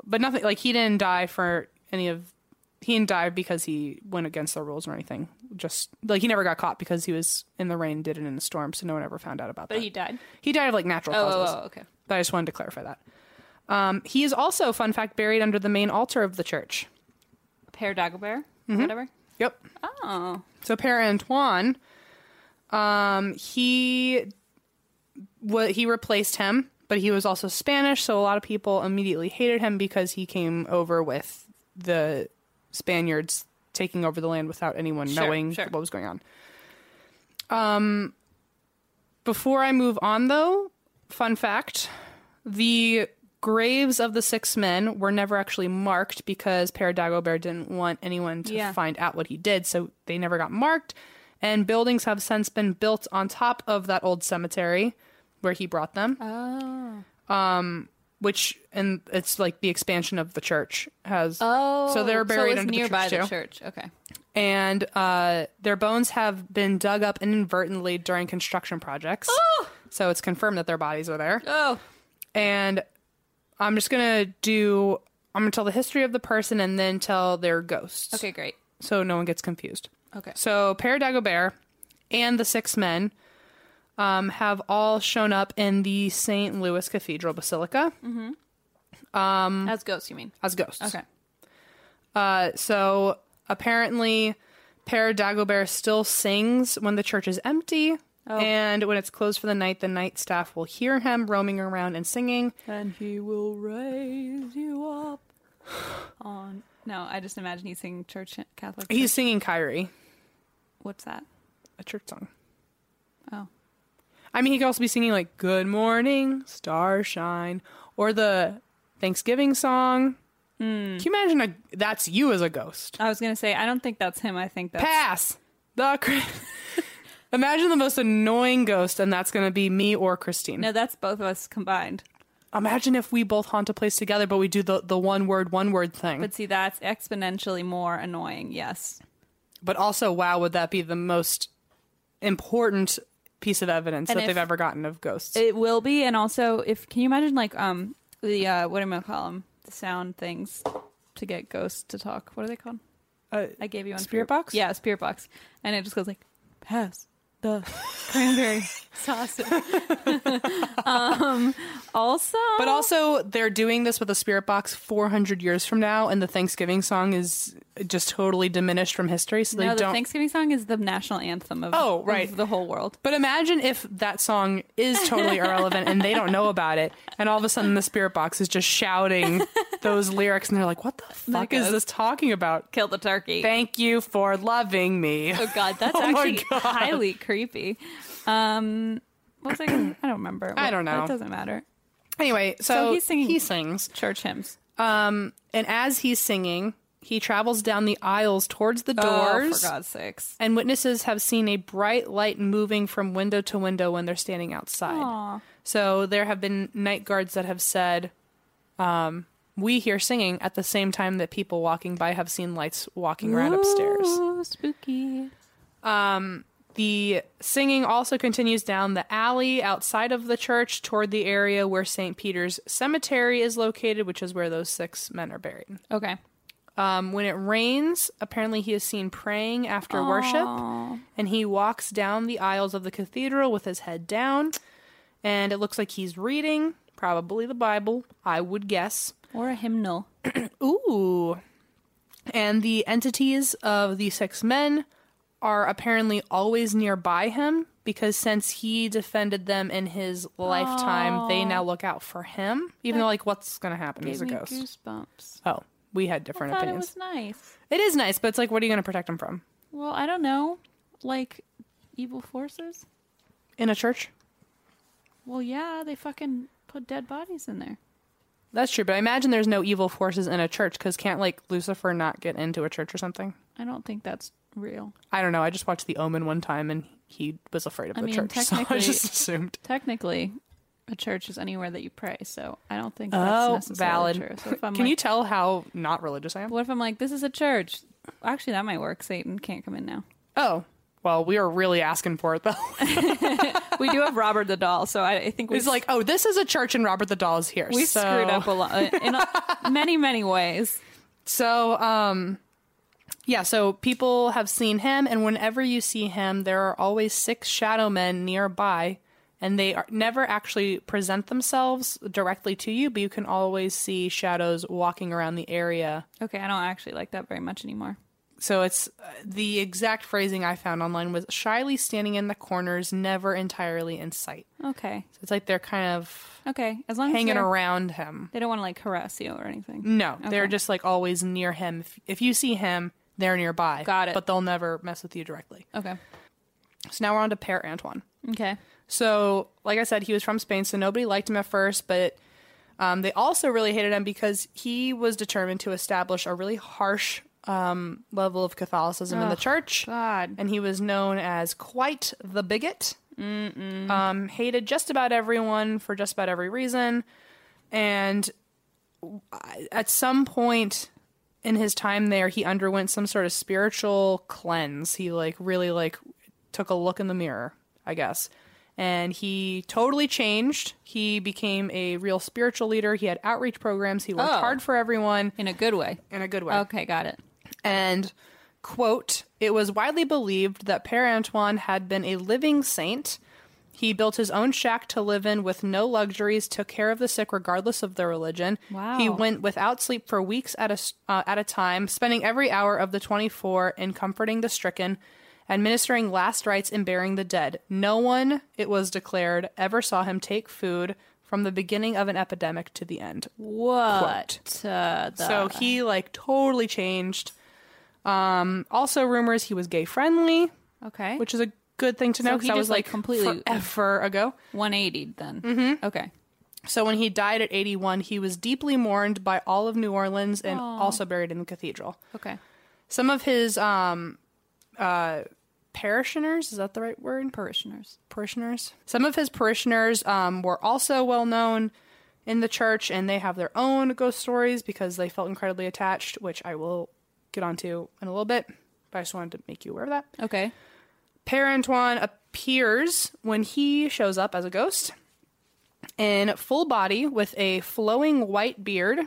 Speaker 1: but nothing like he didn't die for any of. He didn't die because he went against the rules or anything. Just like he never got caught because he was in the rain, did it in a storm, so no one ever found out about
Speaker 2: but
Speaker 1: that.
Speaker 2: he died.
Speaker 1: He died of like natural
Speaker 2: Oh,
Speaker 1: causes.
Speaker 2: oh, oh, okay.
Speaker 1: But I just wanted to clarify that. Um, he is also, fun fact, buried under the main altar of the church.
Speaker 2: Pear Dagobert. Whatever.
Speaker 1: Yep.
Speaker 2: Oh.
Speaker 1: So Père Antoine, um, he wa he replaced him, but he was also Spanish, so a lot of people immediately hated him because he came over with the Spaniards taking over the land without anyone
Speaker 2: Sure,
Speaker 1: knowing
Speaker 2: sure.
Speaker 1: what was going on. Um, before I move on, though, fun fact: the graves of the six men were never actually marked because Père Dagobert didn't want anyone to
Speaker 2: Yeah.
Speaker 1: find out what he did, so they never got marked. And buildings have since been built on top of that old cemetery where he brought them, Um,
Speaker 2: Oh.
Speaker 1: which and it's like the expansion of the church has.
Speaker 2: Oh.
Speaker 1: so they're buried
Speaker 2: so it was
Speaker 1: under
Speaker 2: nearby
Speaker 1: the church too,
Speaker 2: church. Okay.
Speaker 1: and uh, their bones have been dug up inadvertently during construction projects. So it's confirmed that their bodies are there.
Speaker 2: Oh.
Speaker 1: and I'm just gonna do. I'm gonna tell the history of the person and then tell their ghosts.
Speaker 2: Okay. Great.
Speaker 1: So no one gets confused.
Speaker 2: Okay.
Speaker 1: So Père Dagobert and the six men um, have all shown up in the St. Louis Cathedral Basilica
Speaker 2: As ghosts, you mean?
Speaker 1: as ghosts.
Speaker 2: Mm-hmm. Okay.
Speaker 1: Uh, so apparently, Père Dagobert still sings when the church is empty.
Speaker 2: Oh.
Speaker 1: And when it's closed for the night, the night staff will hear him roaming around and singing.
Speaker 2: And he will raise you [SIGHS] up on. No, I just imagine he's singing church Catholic.
Speaker 1: He's singing Kyrie,
Speaker 2: What's that?
Speaker 1: a church song.
Speaker 2: Oh.
Speaker 1: I mean, he could also be singing like "Good Morning Starshine" or the Thanksgiving song.
Speaker 2: Hmm.
Speaker 1: Can you imagine a, that's you as a ghost?
Speaker 2: I was gonna say I don't think that's him. I think that's
Speaker 1: Pass the. Chri- [LAUGHS] imagine the most annoying ghost, and that's going to be me or Christine.
Speaker 2: no, that's both of us combined.
Speaker 1: Imagine if we both haunt a place together, but we do the the one word one word thing.
Speaker 2: But see, that's exponentially more annoying. Yes,
Speaker 1: But also, wow, would that be the most important piece of evidence
Speaker 2: And
Speaker 1: that
Speaker 2: if-
Speaker 1: they've ever gotten of ghosts?
Speaker 2: It will be, and also if can you imagine like um the uh what am I gonna call them the sound things to get ghosts to talk? What are they called?
Speaker 1: Uh,
Speaker 2: I gave you one. for
Speaker 1: spirit
Speaker 2: your-
Speaker 1: box?
Speaker 2: Yeah, spirit box, and it just goes like pass
Speaker 1: [LAUGHS]
Speaker 2: the cranberry sauce. um, also,
Speaker 1: but also, they're doing this with a spirit box 400 years from now, and the Thanksgiving song is just totally diminished from history. So
Speaker 2: no,
Speaker 1: they
Speaker 2: the
Speaker 1: don't.
Speaker 2: Thanksgiving song is the national anthem of
Speaker 1: Oh, right.
Speaker 2: of the whole world.
Speaker 1: But imagine if that song is
Speaker 2: [LAUGHS]
Speaker 1: totally irrelevant and they don't know about it, and all of a sudden the spirit box is just
Speaker 2: [LAUGHS]
Speaker 1: shouting those lyrics, and they're like, "What the fuck is
Speaker 2: goes-
Speaker 1: this talking about?"
Speaker 2: Kill the turkey.
Speaker 1: Thank you for loving
Speaker 2: [LAUGHS]
Speaker 1: me.
Speaker 2: Oh God,
Speaker 1: [LAUGHS]
Speaker 2: that's
Speaker 1: Oh my
Speaker 2: actually
Speaker 1: God.
Speaker 2: highly creepy. Um, what was I? gonna- I don't remember.
Speaker 1: I don't know.
Speaker 2: It doesn't matter.
Speaker 1: Anyway, so,
Speaker 2: So he's singing-
Speaker 1: He sings,
Speaker 2: Church hymns.
Speaker 1: um, and as he's singing, he travels down the aisles towards the
Speaker 2: Doors.
Speaker 1: doors.
Speaker 2: Oh, for God's sakes.
Speaker 1: and witnesses have seen a bright light moving from window to window when they're standing outside.
Speaker 2: Aw.
Speaker 1: So there have been night guards that have said, um, "We hear singing at the same time that people walking by have seen lights walking around upstairs."
Speaker 2: Ooh, spooky.
Speaker 1: Um, the singing also continues down the alley outside of the church toward the area where St. Peter's Cemetery is located, which is where those six men are buried.
Speaker 2: Okay.
Speaker 1: Um, when it rains, apparently he is seen praying after worship, and he walks down the aisles of the cathedral with his head down, and it looks like he's reading, probably the Bible, I would guess.
Speaker 2: Or a hymnal.
Speaker 1: Ooh. And the entities of the six men are apparently always nearby him because since he defended them in his lifetime, they now look out for him. Even though, like, what's going to happen? He's a
Speaker 2: Gave me
Speaker 1: ghost.
Speaker 2: Goosebumps.
Speaker 1: Oh, we had
Speaker 2: I
Speaker 1: different
Speaker 2: thought it
Speaker 1: opinions.
Speaker 2: was nice.
Speaker 1: It is nice, but it's like, what are you going to protect them from?
Speaker 2: Well, I don't know. Like evil forces.
Speaker 1: In a church?
Speaker 2: Well, yeah, they fucking put dead bodies in there.
Speaker 1: That's true, but I imagine there's no evil forces in a church because can't like Lucifer not get into a church or something?
Speaker 2: I don't think that's real.
Speaker 1: I don't know. I just watched The Omen one time and he was afraid of
Speaker 2: I
Speaker 1: the
Speaker 2: mean,
Speaker 1: church, [LAUGHS] so I
Speaker 2: technically-
Speaker 1: just assumed.
Speaker 2: Technically, a church is anywhere that you pray, so I don't think that's
Speaker 1: Oh,
Speaker 2: necessarily
Speaker 1: valid.
Speaker 2: true. So if I'm
Speaker 1: Can
Speaker 2: like,
Speaker 1: you tell how not religious I am?
Speaker 2: what if I'm like, this is a church? Actually, that might work. Satan can't come in now.
Speaker 1: Oh, well, we are really asking for it though. [LAUGHS]
Speaker 2: we do have Robert the doll, so I, I think we
Speaker 1: He's like, oh, this is a church and Robert the Doll is here.
Speaker 2: we
Speaker 1: so-
Speaker 2: screwed up a lot uh, in a, [LAUGHS] many many ways.
Speaker 1: So, um, yeah, so people have seen him, and whenever you see him, there are always six shadow men nearby, and they are, never actually present themselves directly to you, but you can always see shadows walking around the area.
Speaker 2: Okay, I don't actually like that very much anymore.
Speaker 1: So it's uh, the exact phrasing I found online was shyly standing in the corners, never entirely in sight.
Speaker 2: Okay,
Speaker 1: So it's like they're kind of
Speaker 2: okay, as long as
Speaker 1: hanging
Speaker 2: they're-
Speaker 1: around him.
Speaker 2: they don't want to like harass you or anything.
Speaker 1: No, they're
Speaker 2: Okay.
Speaker 1: just like always near him. If, if you see him, they're nearby.
Speaker 2: Got it.
Speaker 1: But they'll never mess with you directly.
Speaker 2: Okay,
Speaker 1: So now we're on to Père Antoine.
Speaker 2: okay,
Speaker 1: So, like I said, he was from Spain, so nobody liked him at first, but um, they also really hated him because he was determined to establish a really harsh um, level of Catholicism in the church.
Speaker 2: God.
Speaker 1: And he was known as quite the bigot. Um, hated just about everyone for just about every reason. And I- at some point in his time there, he underwent some sort of spiritual cleanse. He like really like took a look in the mirror, I guess. And he totally changed. He became a real spiritual leader. He had outreach programs. He worked
Speaker 2: Oh.
Speaker 1: hard for everyone
Speaker 2: in a good way.
Speaker 1: in a good way.
Speaker 2: Okay, got it.
Speaker 1: And quote, it was widely believed that Père Antoine had been a living saint. He built his own shack to live in with no luxuries, took care of the sick regardless of their religion.
Speaker 2: Wow.
Speaker 1: He went without sleep for weeks at a, s- uh, at a time, spending every hour of the 24 in comforting the stricken, administering last rites, and burying the dead. No one, it was declared, ever saw him take food from the beginning of an epidemic to the end.
Speaker 2: What? Uh, the...
Speaker 1: So he like totally changed. Um, also, rumors he was gay friendly,
Speaker 2: okay,
Speaker 1: which is a good thing to
Speaker 2: So
Speaker 1: know
Speaker 2: he
Speaker 1: that was
Speaker 2: just, like,
Speaker 1: like
Speaker 2: completely-
Speaker 1: forever ago.
Speaker 2: one eighty then. Mm-hmm. Okay,
Speaker 1: So when he died at 81, he was deeply mourned by all of New Orleans and also buried in the cathedral.
Speaker 2: okay,
Speaker 1: Some of his um, uh, parishioners is that the right word?
Speaker 2: parishioners.
Speaker 1: parishioners. Some of his parishioners um, were also well known in the church, and they have their own ghost stories because they felt incredibly attached, which I will get onto in a little bit. But I just wanted to make you aware of that.
Speaker 2: Okay.
Speaker 1: Père Antoine appears when he shows up as a ghost in full body with a flowing white beard,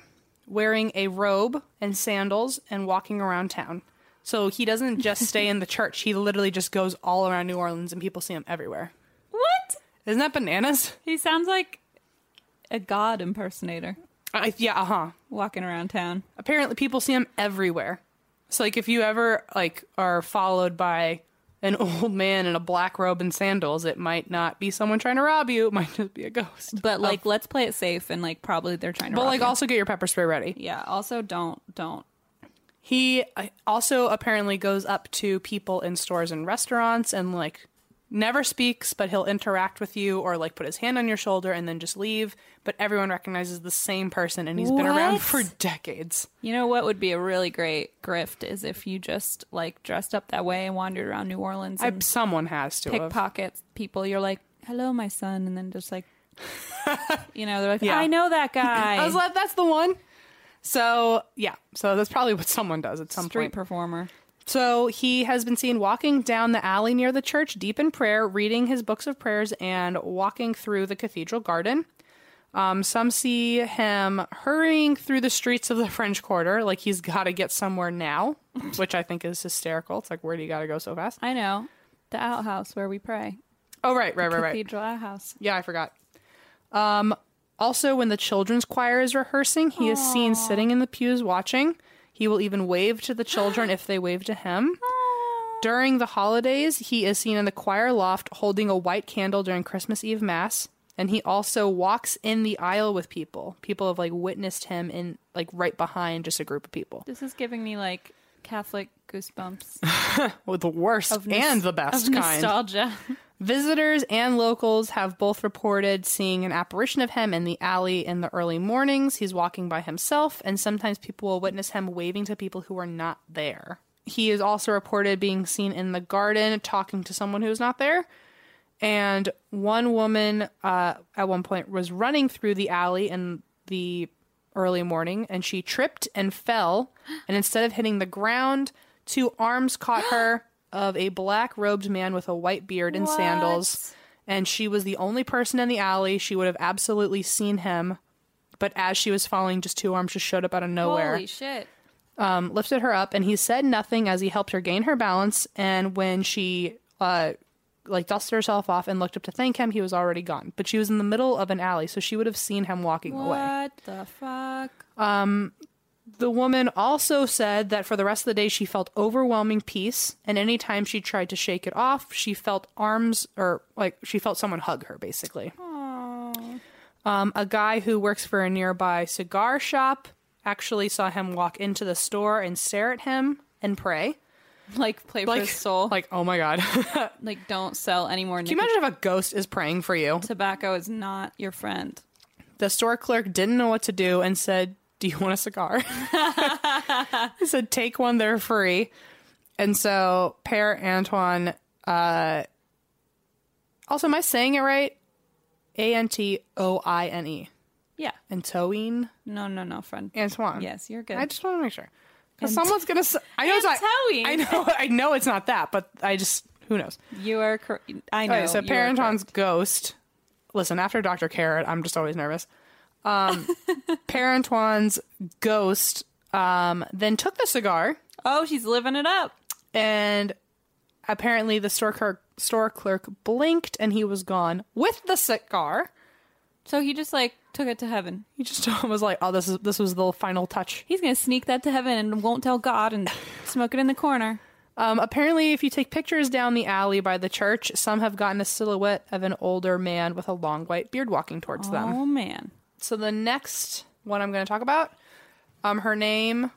Speaker 1: wearing a robe and sandals, and walking around town. So he doesn't just stay in the church, he literally just goes all around New Orleans and people see him everywhere.
Speaker 2: What?
Speaker 1: Isn't that bananas?
Speaker 2: He sounds like a god impersonator
Speaker 1: I, yeah, uh huh.
Speaker 2: walking around town.
Speaker 1: apparently people see him everywhere. So like if you ever like are followed by an [LAUGHS] old man in a black robe and sandals, it might not be someone trying to rob you. It might just be a ghost.
Speaker 2: But like, let's play it safe and like probably they're trying to.
Speaker 1: But
Speaker 2: rob
Speaker 1: like
Speaker 2: you.
Speaker 1: also get your pepper spray ready.
Speaker 2: yeah. Also, don't don't.
Speaker 1: He uh, also apparently goes up to people in stores and restaurants and like never speaks, but he'll interact with you or like put his hand on your shoulder and then just leave. But everyone recognizes the same person and he's been around
Speaker 2: What?
Speaker 1: for decades.
Speaker 2: You know what would be a really great grift is if you just like dressed up that way and wandered around New Orleans
Speaker 1: I,
Speaker 2: and
Speaker 1: someone has to have.
Speaker 2: pickpockets people. You're like, hello, my son, and
Speaker 1: [LAUGHS]
Speaker 2: then just like, you know, they're like,
Speaker 1: Yeah.
Speaker 2: I know that guy.
Speaker 1: [LAUGHS] I was like, that's the one. So yeah, so that's probably what someone does at some
Speaker 2: street
Speaker 1: point.
Speaker 2: performer.
Speaker 1: So he has been seen walking down the alley near the church, deep in prayer, reading his books of prayers, and walking through the cathedral garden. Um, some see him hurrying through the streets of the [LAUGHS] French Quarter, like he's got to get somewhere now, which I think is hysterical. It's like, where do you got to go so fast?
Speaker 2: I know the outhouse where we pray,
Speaker 1: Oh, right, right, right, right.
Speaker 2: cathedral outhouse.
Speaker 1: Yeah, I forgot. Um, also, when the children's choir is rehearsing, he is seen sitting in the pews watching. He will even wave to the children if they wave to him. During the holidays, he is seen in the choir loft holding a white candle during Christmas Eve Mass. And he also walks in the aisle with people. People have like witnessed him in like right behind just a group of people.
Speaker 2: This is giving me like Catholic
Speaker 1: [LAUGHS]
Speaker 2: goosebumps
Speaker 1: Well, the worst
Speaker 2: Of nos-
Speaker 1: and the best
Speaker 2: of
Speaker 1: kind.
Speaker 2: nostalgia.
Speaker 1: Visitors and locals have both reported seeing an apparition of him in the alley in the early mornings. He's walking by himself, and sometimes people will witness him waving to people who are not there. He is also reported being seen in the garden talking to someone who's not there. And one woman uh, at one point was running through the alley in the early morning and she tripped and fell. And instead of hitting the ground, two arms caught her of a black robed man with a white beard and sandals. And she was the only person in the alley. She would have absolutely seen him. But as she was falling, just two arms just showed up out of nowhere
Speaker 2: Holy shit!
Speaker 1: um, lifted her up, and he said nothing as he helped her gain her balance. And when she uh, like dusted herself off and looked up to thank him, he was already gone. But she was in the middle of an alley, so she would have seen him walking away.
Speaker 2: What the fuck?
Speaker 1: The woman also said that for the rest of the day, she felt overwhelming peace, and anytime she tried to shake it off, she felt arms or like she felt someone hug her, basically. Um, a guy who works for a nearby cigar shop actually saw him walk into the store and stare at him and pray.
Speaker 2: Like play for his soul. Like,
Speaker 1: Like, oh my god. [LAUGHS] Can
Speaker 2: don't sell any more.
Speaker 1: you imagine if a ghost is praying for you?
Speaker 2: tobacco is not your friend.
Speaker 1: The store clerk didn't know what to do and said, "Do you want a cigar?" [LAUGHS] he said, "Take one, they're free." And so, Père Antoine. Uh, also, am I saying it right? A N T O I N E.
Speaker 2: Yeah.
Speaker 1: Antoine
Speaker 2: No, no, no, friend.
Speaker 1: Antoine.
Speaker 2: Yes, you're good.
Speaker 1: I just want to make sure because someone's gonna. s- I know
Speaker 2: Antoine.
Speaker 1: it's not, I know. I know it's not that, but I just who knows.
Speaker 2: you are. Cor- I know.
Speaker 1: Okay, so
Speaker 2: you are correct.
Speaker 1: Parenton's ghost. Listen, after Dr. Carrot, I'm just always nervous. Um, [LAUGHS] Parenton's ghost um, then took the cigar,
Speaker 2: Oh, she's living it up.
Speaker 1: and apparently the store clerk, store clerk blinked and he was gone with the cigar.
Speaker 2: So he just like took it to heaven.
Speaker 1: He just [LAUGHS] was like, oh, this is this was the final touch.
Speaker 2: He's gonna sneak that to heaven and won't tell
Speaker 1: [LAUGHS]
Speaker 2: God and smoke it in the corner.
Speaker 1: Um, apparently, if you take pictures down the alley by the church, some have gotten a silhouette of an older man with a long white beard walking towards them.
Speaker 2: Oh man.
Speaker 1: So the next one I'm going to talk about, um, her name,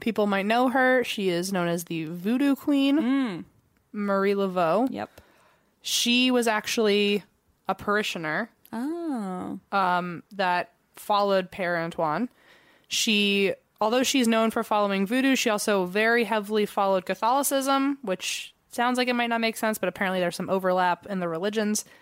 Speaker 1: people might know her. She is known as the Voodoo Queen,
Speaker 2: Hmm.
Speaker 1: Marie Laveau.
Speaker 2: Yep.
Speaker 1: She was actually a parishioner um,
Speaker 2: Oh.
Speaker 1: that followed Père Antoine. She, although she's known for following voodoo, she also very heavily followed Catholicism, which sounds like it might not make sense, but apparently there's some overlap in the religions. [CLEARS THROAT]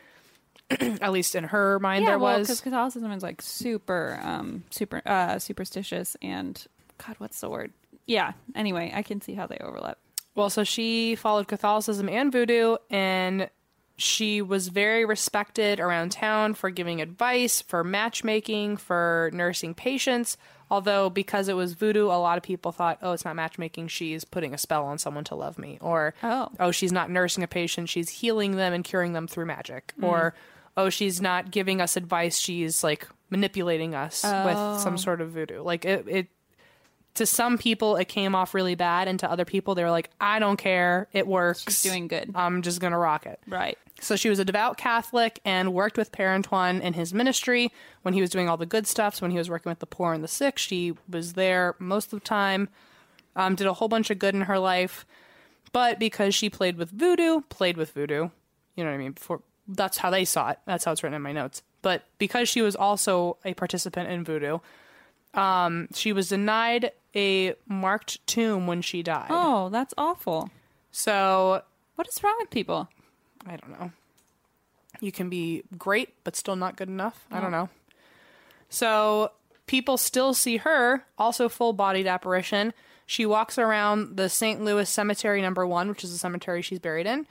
Speaker 1: At least in her mind,
Speaker 2: yeah,
Speaker 1: there
Speaker 2: well,
Speaker 1: was.
Speaker 2: because Catholicism is like super, um, super, uh, superstitious and God, what's the word? Yeah. Anyway, I can see how they overlap.
Speaker 1: Well, so she followed Catholicism and voodoo, and she was very respected around town for giving advice, for matchmaking, for nursing patients. Although, because it was voodoo, a lot of people thought, oh, it's not matchmaking. She's putting a spell on someone to love me. Or,
Speaker 2: Oh.
Speaker 1: she's not nursing a patient. She's healing them and curing them through magic. Or, oh, she's not giving us advice. She's like manipulating us with some sort of voodoo. Like, it, it to some people it came off really bad and to other people they were like i don't care it works
Speaker 2: She's doing good.
Speaker 1: i'm just gonna rock it
Speaker 2: Right.
Speaker 1: so she was a devout catholic and worked with pere antoine in his ministry when he was doing all the good stuff so when he was working with the poor and the sick she was there most of the time um, did a whole bunch of good in her life but because she played with voodoo played with voodoo you know what i mean before that's how they saw it that's how it's written in my notes but because she was also a participant in voodoo um, she was denied a marked tomb when she died.
Speaker 2: Oh, that's awful.
Speaker 1: So
Speaker 2: What is wrong with people?
Speaker 1: I don't know. You can be great but still not good enough. I don't know. So people still see her, also full bodied apparition. She walks around the St. Louis Cemetery number one, which is the cemetery she's buried in.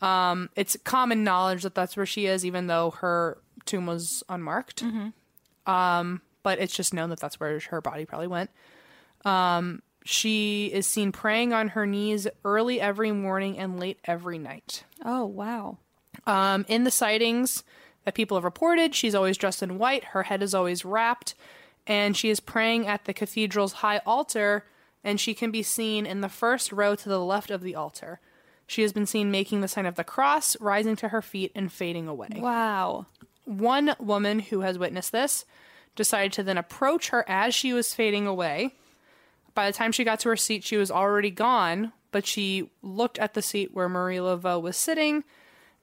Speaker 1: Um, it's common knowledge that that's where she is, even though her tomb was unmarked. Um, but it's just known that that's where her body probably went. Um, she is seen praying on her knees early every morning and late every night.
Speaker 2: Oh, wow.
Speaker 1: Um, in the sightings that people have reported, she's always dressed in white, her head is always wrapped, and she is praying at the cathedral's high altar, and she can be seen in the first row to the left of the altar. She has been seen making the sign of the cross, rising to her feet, and fading away.
Speaker 2: Wow.
Speaker 1: One woman who has witnessed this decided to then approach her as she was fading away. By the time she got to her seat, she was already gone, but she looked at the seat where Marie Laveau was sitting,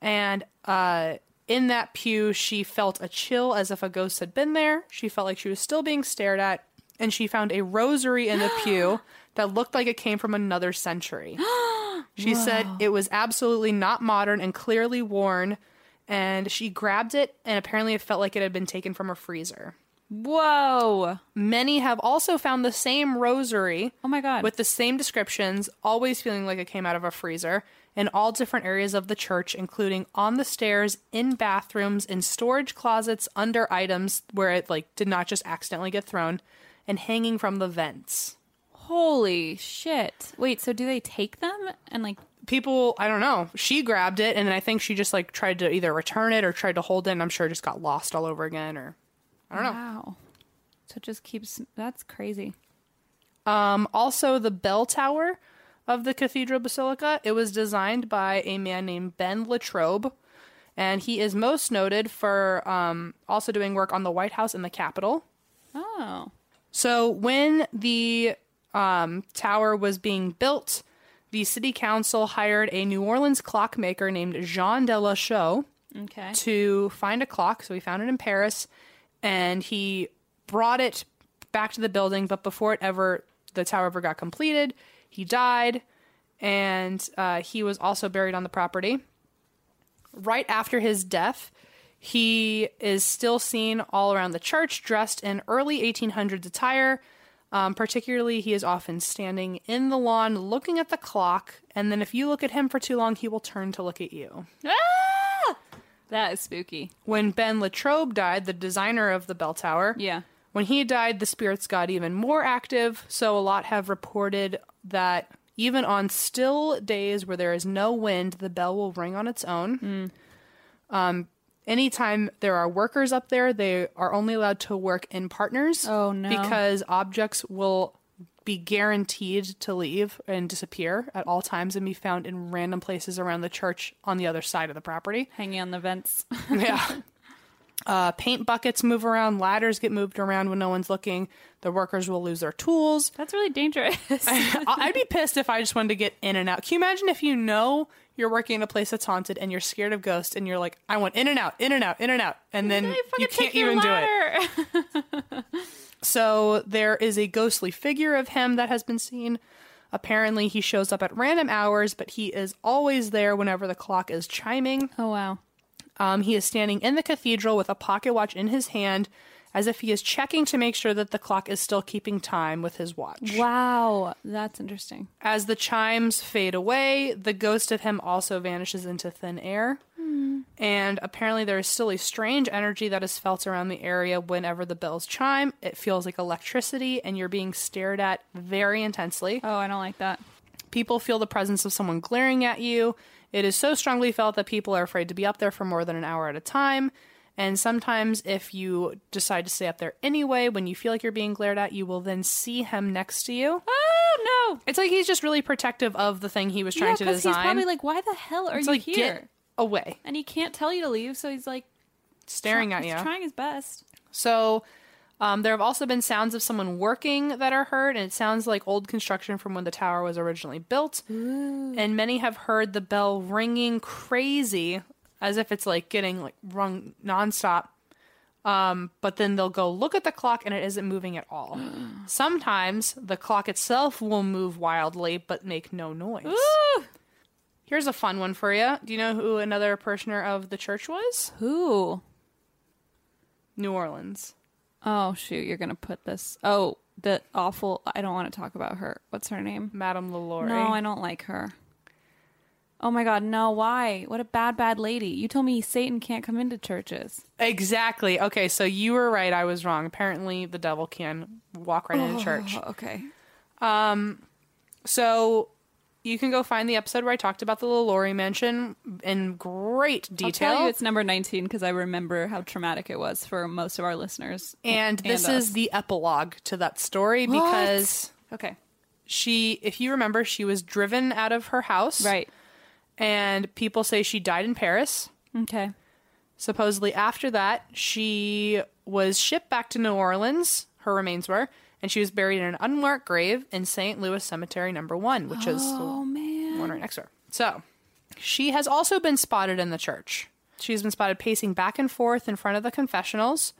Speaker 1: and uh, in that pew, she felt a chill as if a ghost had been there. She felt like she was still being stared at, and she found a rosary in the pew that looked like it came from another century. She said it was absolutely not modern and clearly worn, and she grabbed it, and apparently it felt like it had been taken from a freezer.
Speaker 2: Whoa.
Speaker 1: Many have also found the same rosary
Speaker 2: Oh my God.
Speaker 1: with the same descriptions, always feeling like it came out of a freezer, in all different areas of the church, including on the stairs, in bathrooms, in storage closets, under items where it like did not just accidentally get thrown, and hanging from the vents.
Speaker 2: Holy shit. Wait, so do they take them and like
Speaker 1: people i don't know she grabbed it and then i think she just like tried to either return it or tried to hold it and i'm sure it just got lost all over again or
Speaker 2: wow. So it just keeps that's crazy.
Speaker 1: um also the bell tower of the cathedral basilica it was designed by a man named ben latrobe and he is most noted for um also doing work on the white house and the capitol
Speaker 2: Oh.
Speaker 1: So when the um, tower was being built, the city council hired a New Orleans clockmaker named Jean de la Chaux
Speaker 2: Okay.
Speaker 1: to find a clock. So he found it in Paris, and he brought it back to the building. But before it ever, the tower ever got completed, he died, and uh, he was also buried on the property. Right after his death, he is still seen all around the church, dressed in early 1800s attire. Um, particularly, he is often standing in the lawn, looking at the clock, and then if you look at him for too long, he will turn to look at you.
Speaker 2: Ah! That is spooky.
Speaker 1: When Ben Latrobe died, the designer of the bell tower,
Speaker 2: Yeah.
Speaker 1: when he died, the spirits got even more active. So a lot have reported that even on still days where there is no wind, the bell will ring on its own.
Speaker 2: Mm.
Speaker 1: Um, anytime there are workers up there, they are only allowed to work in partners.
Speaker 2: Oh, no.
Speaker 1: Because objects will be guaranteed to leave and disappear at all times and be found in random places around the church on the other side of the property
Speaker 2: Hanging on the vents. [LAUGHS]
Speaker 1: yeah. [LAUGHS] Uh, paint buckets move around, ladders get moved around when no one's looking. The workers will lose their [LAUGHS] tools.
Speaker 2: That's really dangerous.
Speaker 1: I- I'd be pissed if I just wanted to get in and out. Can you imagine if you know you're working in a place that's haunted and you're scared of ghosts and you're like, I want in and out, in and out, in and out, and then you can't even do it.
Speaker 2: do
Speaker 1: [LAUGHS]
Speaker 2: it.
Speaker 1: So there is a ghostly figure of him that has been seen. Apparently, he shows up at random hours, but he is always there whenever the clock is chiming.
Speaker 2: Oh wow.
Speaker 1: Um, he is standing in the cathedral with a pocket watch in his hand, as if he is checking to make sure that the clock is still keeping time with his watch.
Speaker 2: Wow, that's interesting.
Speaker 1: As the chimes fade away, the ghost of him also vanishes into thin air. And apparently, there is still a strange energy that is felt around the area whenever the bells chime. It feels like electricity, and you're being stared at very intensely.
Speaker 2: Oh, I don't like that.
Speaker 1: People feel the presence of someone glaring at you. It is so strongly felt that people are afraid to be up there for more than an hour at a time. And sometimes, if you decide to stay up there anyway, when you feel like you're being glared at, you will then see him next to you.
Speaker 2: Oh no!
Speaker 1: It's like he's just really protective of the thing he was trying
Speaker 2: Yeah,
Speaker 1: to
Speaker 2: because
Speaker 1: design.
Speaker 2: he's probably like, "Why the hell are
Speaker 1: it's
Speaker 2: you
Speaker 1: like
Speaker 2: here?"
Speaker 1: get away,
Speaker 2: And he can't tell you to leave, so he's like
Speaker 1: staring at
Speaker 2: he's
Speaker 1: you.
Speaker 2: trying his best.
Speaker 1: So um, there have also been sounds of someone working that are heard, and it sounds like old construction from when the tower was originally built. And many have heard the bell ringing crazy, as if it's like getting like rung nonstop. Um, but then they'll go look at the clock and it isn't moving at all. Sometimes the clock itself will move wildly but make no noise. Here's a fun one for you. Do you know who another parishioner of the church was?
Speaker 2: Who?
Speaker 1: New Orleans.
Speaker 2: Oh shoot, you're gonna put this. Oh, the awful. I don't want to talk about her. What's her name?
Speaker 1: Madame LaLaurie.
Speaker 2: No, I don't like her. Oh my god, no, why? What a bad, bad lady. You told me Satan can't come into churches.
Speaker 1: Exactly. Okay, so you were right. I was wrong. Apparently, the devil can walk right into church.
Speaker 2: Oh, okay.
Speaker 1: So you can go find the episode where I talked about the LaLaurie mansion in great
Speaker 2: I'll
Speaker 1: detail.
Speaker 2: tell you it's number 19 because I remember how traumatic it was for most of our listeners.
Speaker 1: and this
Speaker 2: us.
Speaker 1: is the epilogue to that story because
Speaker 2: Okay.
Speaker 1: she, if you remember, she was driven out of her house.
Speaker 2: Right.
Speaker 1: And people say she died in Paris.
Speaker 2: Okay.
Speaker 1: Supposedly, after that, she was shipped back to New Orleans, her remains were, and she was buried in an unmarked grave in St. Louis Cemetery Number One, which is the
Speaker 2: Oh, man.
Speaker 1: one right next to her. So, she has also been spotted in the church. She's been spotted pacing back and forth in front of the confessionals,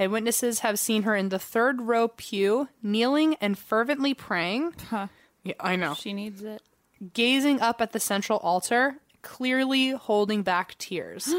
Speaker 1: and witnesses have seen her in the third row pew, kneeling and fervently praying. Yeah, I know.
Speaker 2: She needs it.
Speaker 1: Gazing up at the central altar, clearly holding back
Speaker 2: [GASPS]
Speaker 1: tears.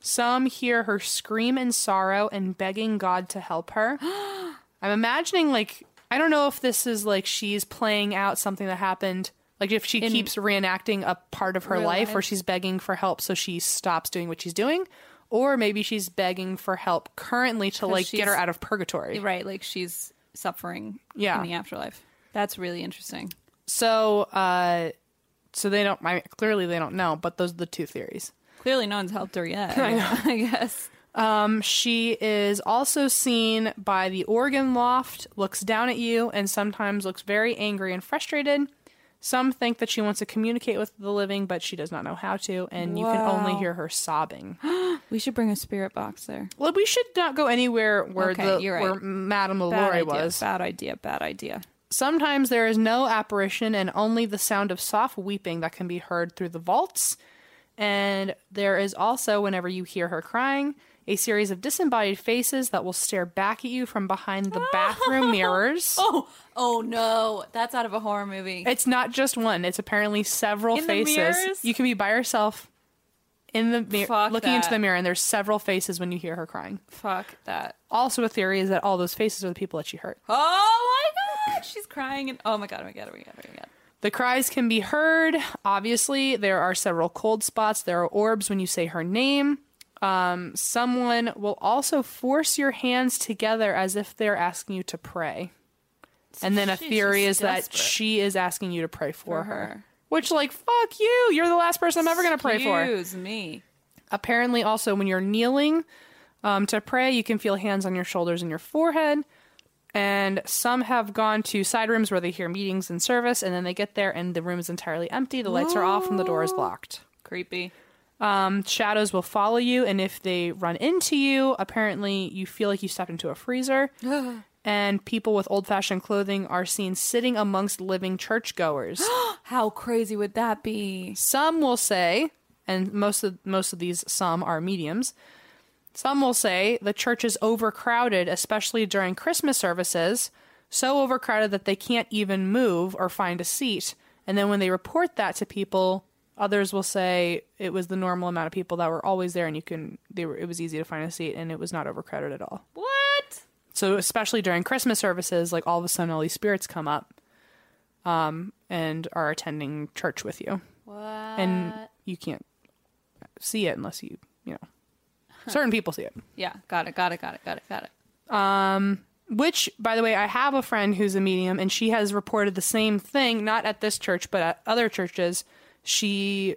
Speaker 1: Some hear her scream in sorrow and begging God to help
Speaker 2: [GASPS]
Speaker 1: her. I'm imagining, like, I don't know if this is like she's playing out something that happened, like if she keeps reenacting a part of her
Speaker 2: real
Speaker 1: life where
Speaker 2: life.
Speaker 1: she's begging for help so she stops doing what she's doing, or maybe she's begging for help currently to, like, get
Speaker 2: she's-
Speaker 1: her out of purgatory.
Speaker 2: Right. Like she's suffering
Speaker 1: Yeah.
Speaker 2: in the afterlife. That's really interesting.
Speaker 1: So, uh, so they don't, I mean, clearly they don't know, but those are the two theories.
Speaker 2: Clearly, no one's helped her yet. [LAUGHS] I, guess.
Speaker 1: She is also seen by the organ loft, looks down at you, and sometimes looks very angry and frustrated. Some think that she wants to communicate with the living, but she does not know how to, and you can only
Speaker 2: Wow.
Speaker 1: hear her sobbing. [GASPS]
Speaker 2: We should bring a spirit box there.
Speaker 1: well, we should not go anywhere where
Speaker 2: Okay,
Speaker 1: the
Speaker 2: you're right.
Speaker 1: where Madame
Speaker 2: Bad
Speaker 1: LaLaurie
Speaker 2: idea.
Speaker 1: was.
Speaker 2: Bad idea. Bad idea.
Speaker 1: Sometimes there is no apparition and only the sound of soft weeping that can be heard through the vaults. And there is also, whenever you hear her crying, a series of disembodied faces that will stare back at you from behind the
Speaker 2: [LAUGHS]
Speaker 1: bathroom mirrors.
Speaker 2: Oh, oh no! That's out of a horror movie.
Speaker 1: It's not just one, it's apparently several
Speaker 2: In the
Speaker 1: faces.
Speaker 2: mirrors?
Speaker 1: you can be by yourself in the mirror,
Speaker 2: Fuck
Speaker 1: looking into
Speaker 2: that.
Speaker 1: the mirror, and there's several faces when you hear her crying.
Speaker 2: Fuck that.
Speaker 1: Also, a theory is that all those faces are the people that she hurt.
Speaker 2: Oh my god! She's crying and oh my god! Oh my god! Oh my god! Oh my god!
Speaker 1: The cries can be heard. Obviously, there are several cold spots. There are orbs when you say her name. Um, someone will also force your hands together as if they're asking you to pray. And then a
Speaker 2: She's
Speaker 1: theory is
Speaker 2: just
Speaker 1: that
Speaker 2: desperate.
Speaker 1: she is asking you to pray for,
Speaker 2: For
Speaker 1: her.
Speaker 2: her.
Speaker 1: Which, like, fuck you. You're the last person I'm ever going to pray for.
Speaker 2: Excuse me.
Speaker 1: Apparently, also, when you're kneeling um, to pray, you can feel hands on your shoulders and your forehead. And some have gone to side rooms where they hear meetings and service, and then they get there and the room is entirely empty. The lights are off and the door is locked.
Speaker 2: Creepy.
Speaker 1: Um, shadows will follow you, and if they run into you, apparently you feel like you stepped into a freezer. and people with old fashioned clothing are seen sitting amongst living churchgoers.
Speaker 2: How crazy would that be?
Speaker 1: Some will say, and most of most of these some are mediums. Some will say the church is overcrowded, especially during Christmas services, so overcrowded that they can't even move or find a seat. And then when they report that to people, Others will say it was the normal amount of people that were always there, and you can they were it was easy to find a seat, and it was not overcrowded at all.
Speaker 2: What?
Speaker 1: So especially during Christmas services, like all of a sudden all these spirits come up, um, and are attending church with you,
Speaker 2: What?
Speaker 1: and Mm, you can't see it unless you you know certain people see it.
Speaker 2: yeah, got it, got it, got it, got it, got it.
Speaker 1: Which, by the way, I have a friend who's a medium, and she has reported the same thing, not at this church, but at other churches. She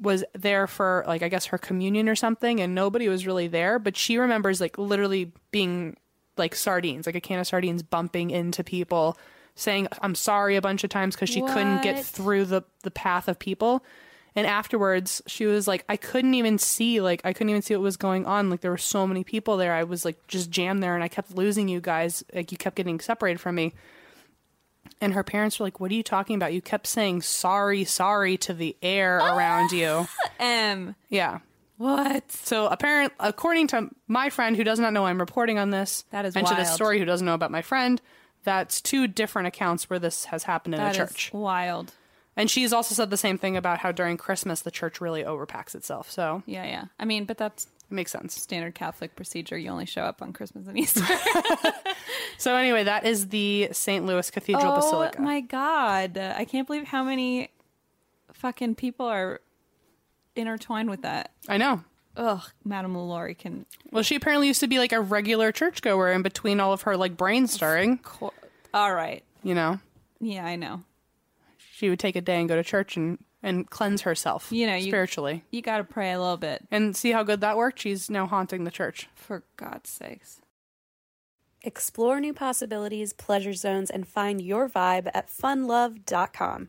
Speaker 1: was there for, like, I guess her communion or something, and nobody was really there, but she remembers, like, literally being like sardines, like a can of sardines bumping into people, saying, I'm sorry a bunch of times because she couldn't get
Speaker 2: What?
Speaker 1: through the, the path of people. And afterwards, she was like, I couldn't even see, like, I couldn't even see what was going on. Like, there were so many people there. I was like just jammed there and I kept losing you guys. Like, you kept getting separated from me. And her parents were like, What are you talking about? You kept saying sorry, sorry to the air around you.
Speaker 2: M.
Speaker 1: Yeah.
Speaker 2: What?
Speaker 1: So apparent, according to my friend who does not know I'm reporting on this,
Speaker 2: That is
Speaker 1: and to the
Speaker 2: wild.
Speaker 1: story who doesn't know about my friend, that's two different accounts where this has happened in
Speaker 2: That
Speaker 1: a
Speaker 2: is
Speaker 1: church.
Speaker 2: wild.
Speaker 1: And she's also said the same thing about how during Christmas the church really overpacks itself. So
Speaker 2: Yeah, yeah. I mean, but that's
Speaker 1: it makes sense.
Speaker 2: standard Catholic procedure. You only show up on Christmas and Easter.
Speaker 1: So anyway, that is the St. Louis Cathedral
Speaker 2: oh
Speaker 1: Basilica.
Speaker 2: my god! I can't believe how many fucking people are intertwined with that.
Speaker 1: I know.
Speaker 2: Ugh, Madame Lalaurie can.
Speaker 1: Well, she apparently used to be like a regular churchgoer in between all of her like brain stirring,
Speaker 2: Co- All right.
Speaker 1: you know.
Speaker 2: Yeah, I know.
Speaker 1: She would take a day and go to church and and cleanse herself,
Speaker 2: You know, you-
Speaker 1: spiritually.
Speaker 2: You got to pray a little bit,
Speaker 1: And see how good that worked? She's now haunting the church.
Speaker 2: for God's sakes.
Speaker 4: Explore new possibilities, pleasure zones, and find your vibe at funlove.com.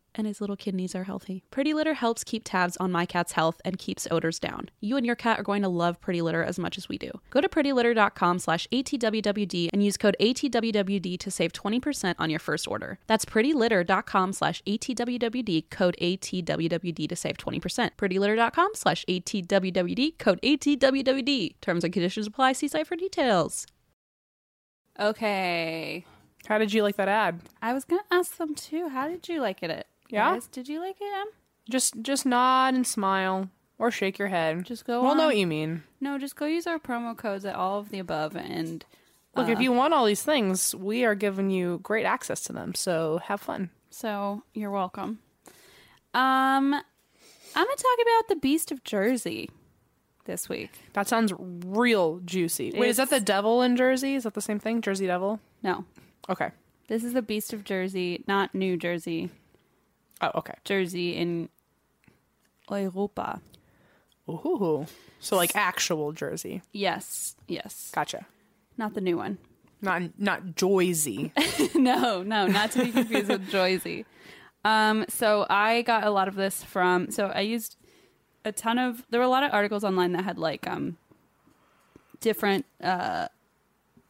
Speaker 3: and his little kidneys are healthy. Pretty Litter helps keep tabs on my cat's health and keeps odors down. You and your cat are going to love Pretty Litter as much as we do. Go to prettylitter.com slash ATWWD and use code ATWWD to save 20% on your first order. That's prettylitter.com slash ATWWD, code ATWWD to save 20%. Prettylitter.com slash ATWWD, code ATWWD. Terms and conditions apply. See site for details.
Speaker 2: Okay.
Speaker 1: How did you like that ad?
Speaker 2: I was gonna ask them too. How did you like it?
Speaker 1: Yeah?
Speaker 2: Guys, did you like it? Em?
Speaker 1: Just just nod and smile or shake your head.
Speaker 2: Just go
Speaker 1: We'll know
Speaker 2: on.
Speaker 1: what you mean.
Speaker 2: No, just go use our promo codes at all of the above and
Speaker 1: Look, if you want all these things, we are giving you great access to them. So have fun.
Speaker 2: So you're welcome. Um, I'm gonna talk about the Beast of Jersey this week.
Speaker 1: That sounds real juicy. Wait, is that
Speaker 2: It's-
Speaker 1: the devil in Jersey? Is that the same thing? Jersey Devil?
Speaker 2: No.
Speaker 1: Okay.
Speaker 2: This is the Beast of Jersey, not New Jersey.
Speaker 1: Oh, okay.
Speaker 2: Jersey in Europa.
Speaker 1: Ooh. So like actual Jersey.
Speaker 2: Yes. Yes.
Speaker 1: Gotcha.
Speaker 2: Not the new one.
Speaker 1: Not not [LAUGHS] Joyzy.
Speaker 2: [LAUGHS] no, no, not to be confused with Joyzy. Um, so I got a lot of this from. So I used a ton of. There were a lot of articles online that had like um, different uh,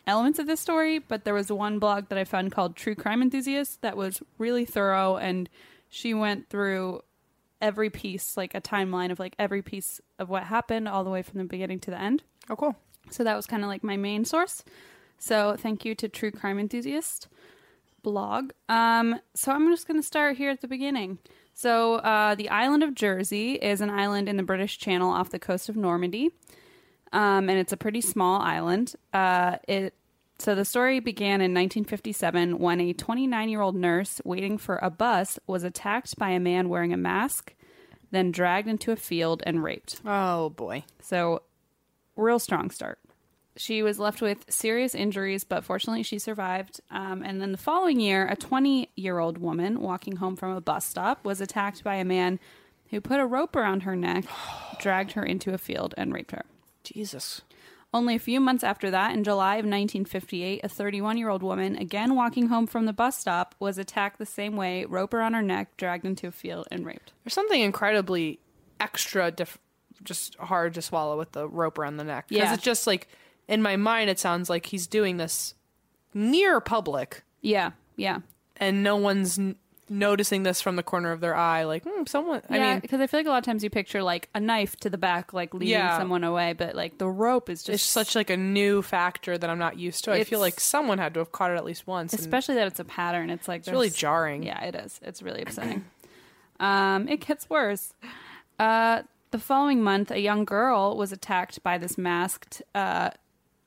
Speaker 2: elements of this story, but there was one blog that I found called True Crime Enthusiast that was really thorough, and she went through every piece, like a timeline of like every piece of what happened, all the way from the beginning to the end.
Speaker 1: oh, cool.
Speaker 2: So that was kind of like my main source. So thank you to True Crime Enthusiast blog. Um, so I'm just going to start here at the beginning. So uh, the island of Jersey is an island in the British Channel off the coast of Normandy, um, and it's a pretty small island. Uh, it so the story began in 1957 when a 29 year old nurse waiting for a bus was attacked by a man wearing a mask, then dragged into a field and raped.
Speaker 1: Oh boy.
Speaker 2: So, real strong start. She was left with serious injuries, but fortunately, she survived. Um, and then the following year, a 20 year old woman walking home from a bus stop was attacked by a man who put a rope around her neck, dragged her into a field, and raped her.
Speaker 1: Jesus.
Speaker 2: Only a few months after that, in July of 1958, a 31 year old woman, again walking home from the bus stop, was attacked the same way, rope around her neck, dragged into a field, and raped.
Speaker 1: There's something incredibly extra diff- just hard to swallow with the rope around the neck. Because
Speaker 2: Yeah.
Speaker 1: it's just like in my mind it sounds like he's doing this near public
Speaker 2: Yeah, yeah.
Speaker 1: and no one's n- noticing this from the corner of their eye like hmm, someone I
Speaker 2: yeah,
Speaker 1: mean
Speaker 2: because I feel like a lot of times you picture like a knife to the back, like leading
Speaker 1: Yeah.
Speaker 2: someone away, but like the rope is
Speaker 1: it's
Speaker 2: just
Speaker 1: such like a new factor that I'm not used to. I feel
Speaker 2: It's-
Speaker 1: like someone had to have caught it at least once. and
Speaker 2: especially that it's a pattern. It's like
Speaker 1: it's really
Speaker 2: there's-
Speaker 1: jarring.
Speaker 2: Yeah, it is. It's really upsetting. um, it gets worse. Uh, the following month, a young girl was attacked by this masked uh,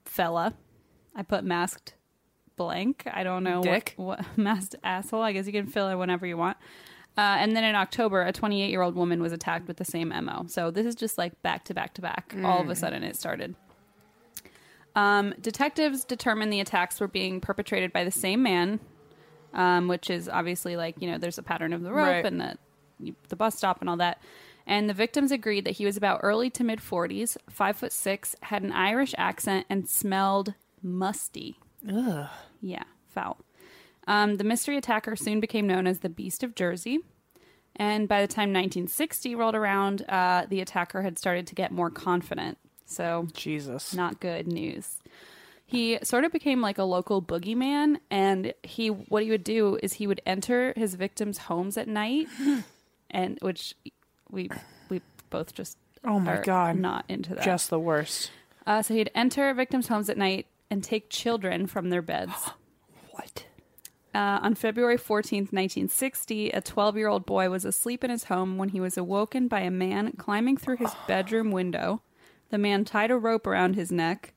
Speaker 2: fella. I put masked blank. I don't know
Speaker 1: Dick?
Speaker 2: what, what [LAUGHS] masked asshole. I guess you can fill it whenever you want. Uh, and then in October, a 28 year old woman was attacked with the same MO. So this is just like back to back to back. All of a sudden, it started. Um, detectives determined the attacks were being perpetrated by the same man, um, which is obviously like you know there's a pattern of the rope
Speaker 1: Right.
Speaker 2: and the the bus stop and all that. And the victims agreed that he was about early to mid 40s, five foot six, had an Irish accent, and smelled musty.
Speaker 1: Ugh.
Speaker 2: Yeah, foul. Um, the mystery attacker soon became known as the Beast of Jersey. And by the time 1960 rolled around, uh, the attacker had started to get more confident. So
Speaker 1: Jesus.
Speaker 2: not good news. He sort of became like a local boogeyman, and he what he would do is he would enter his victims' homes
Speaker 1: [GASPS]
Speaker 2: at night, and which we we both just
Speaker 1: Oh my
Speaker 2: are
Speaker 1: God.
Speaker 2: not into that.
Speaker 1: Just the worst.
Speaker 2: uh, so he'd enter victims' homes at night and take children from their beds.
Speaker 1: What?
Speaker 2: Uh, on February 14th, 1960, a 12 year old boy was asleep in his home when he was awoken by a man climbing through his bedroom window. The man tied a rope around his neck,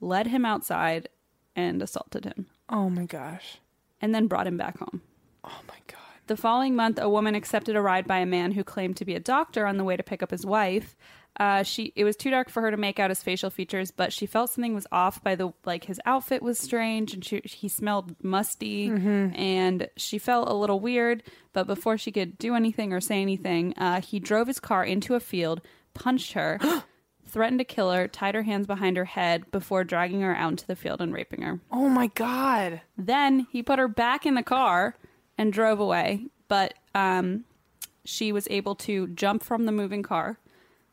Speaker 2: led him outside, and assaulted him,
Speaker 1: Oh my gosh.
Speaker 2: and then brought him back home.
Speaker 1: Oh my god.
Speaker 2: The following month, a woman accepted a ride by a man who claimed to be a doctor on the way to pick up his wife. Uh, she it was too dark for her to make out his facial features, but she felt something was off by the like his outfit was strange and she, he smelled musty and she felt a little weird. But before she could do anything or say anything, uh, he drove his car into a field, punched her, threatened to kill her, tied her hands behind her head before dragging her out into the field and raping her.
Speaker 1: Oh my god.
Speaker 2: Then he put her back in the car and drove away, but um, she was able to jump from the moving car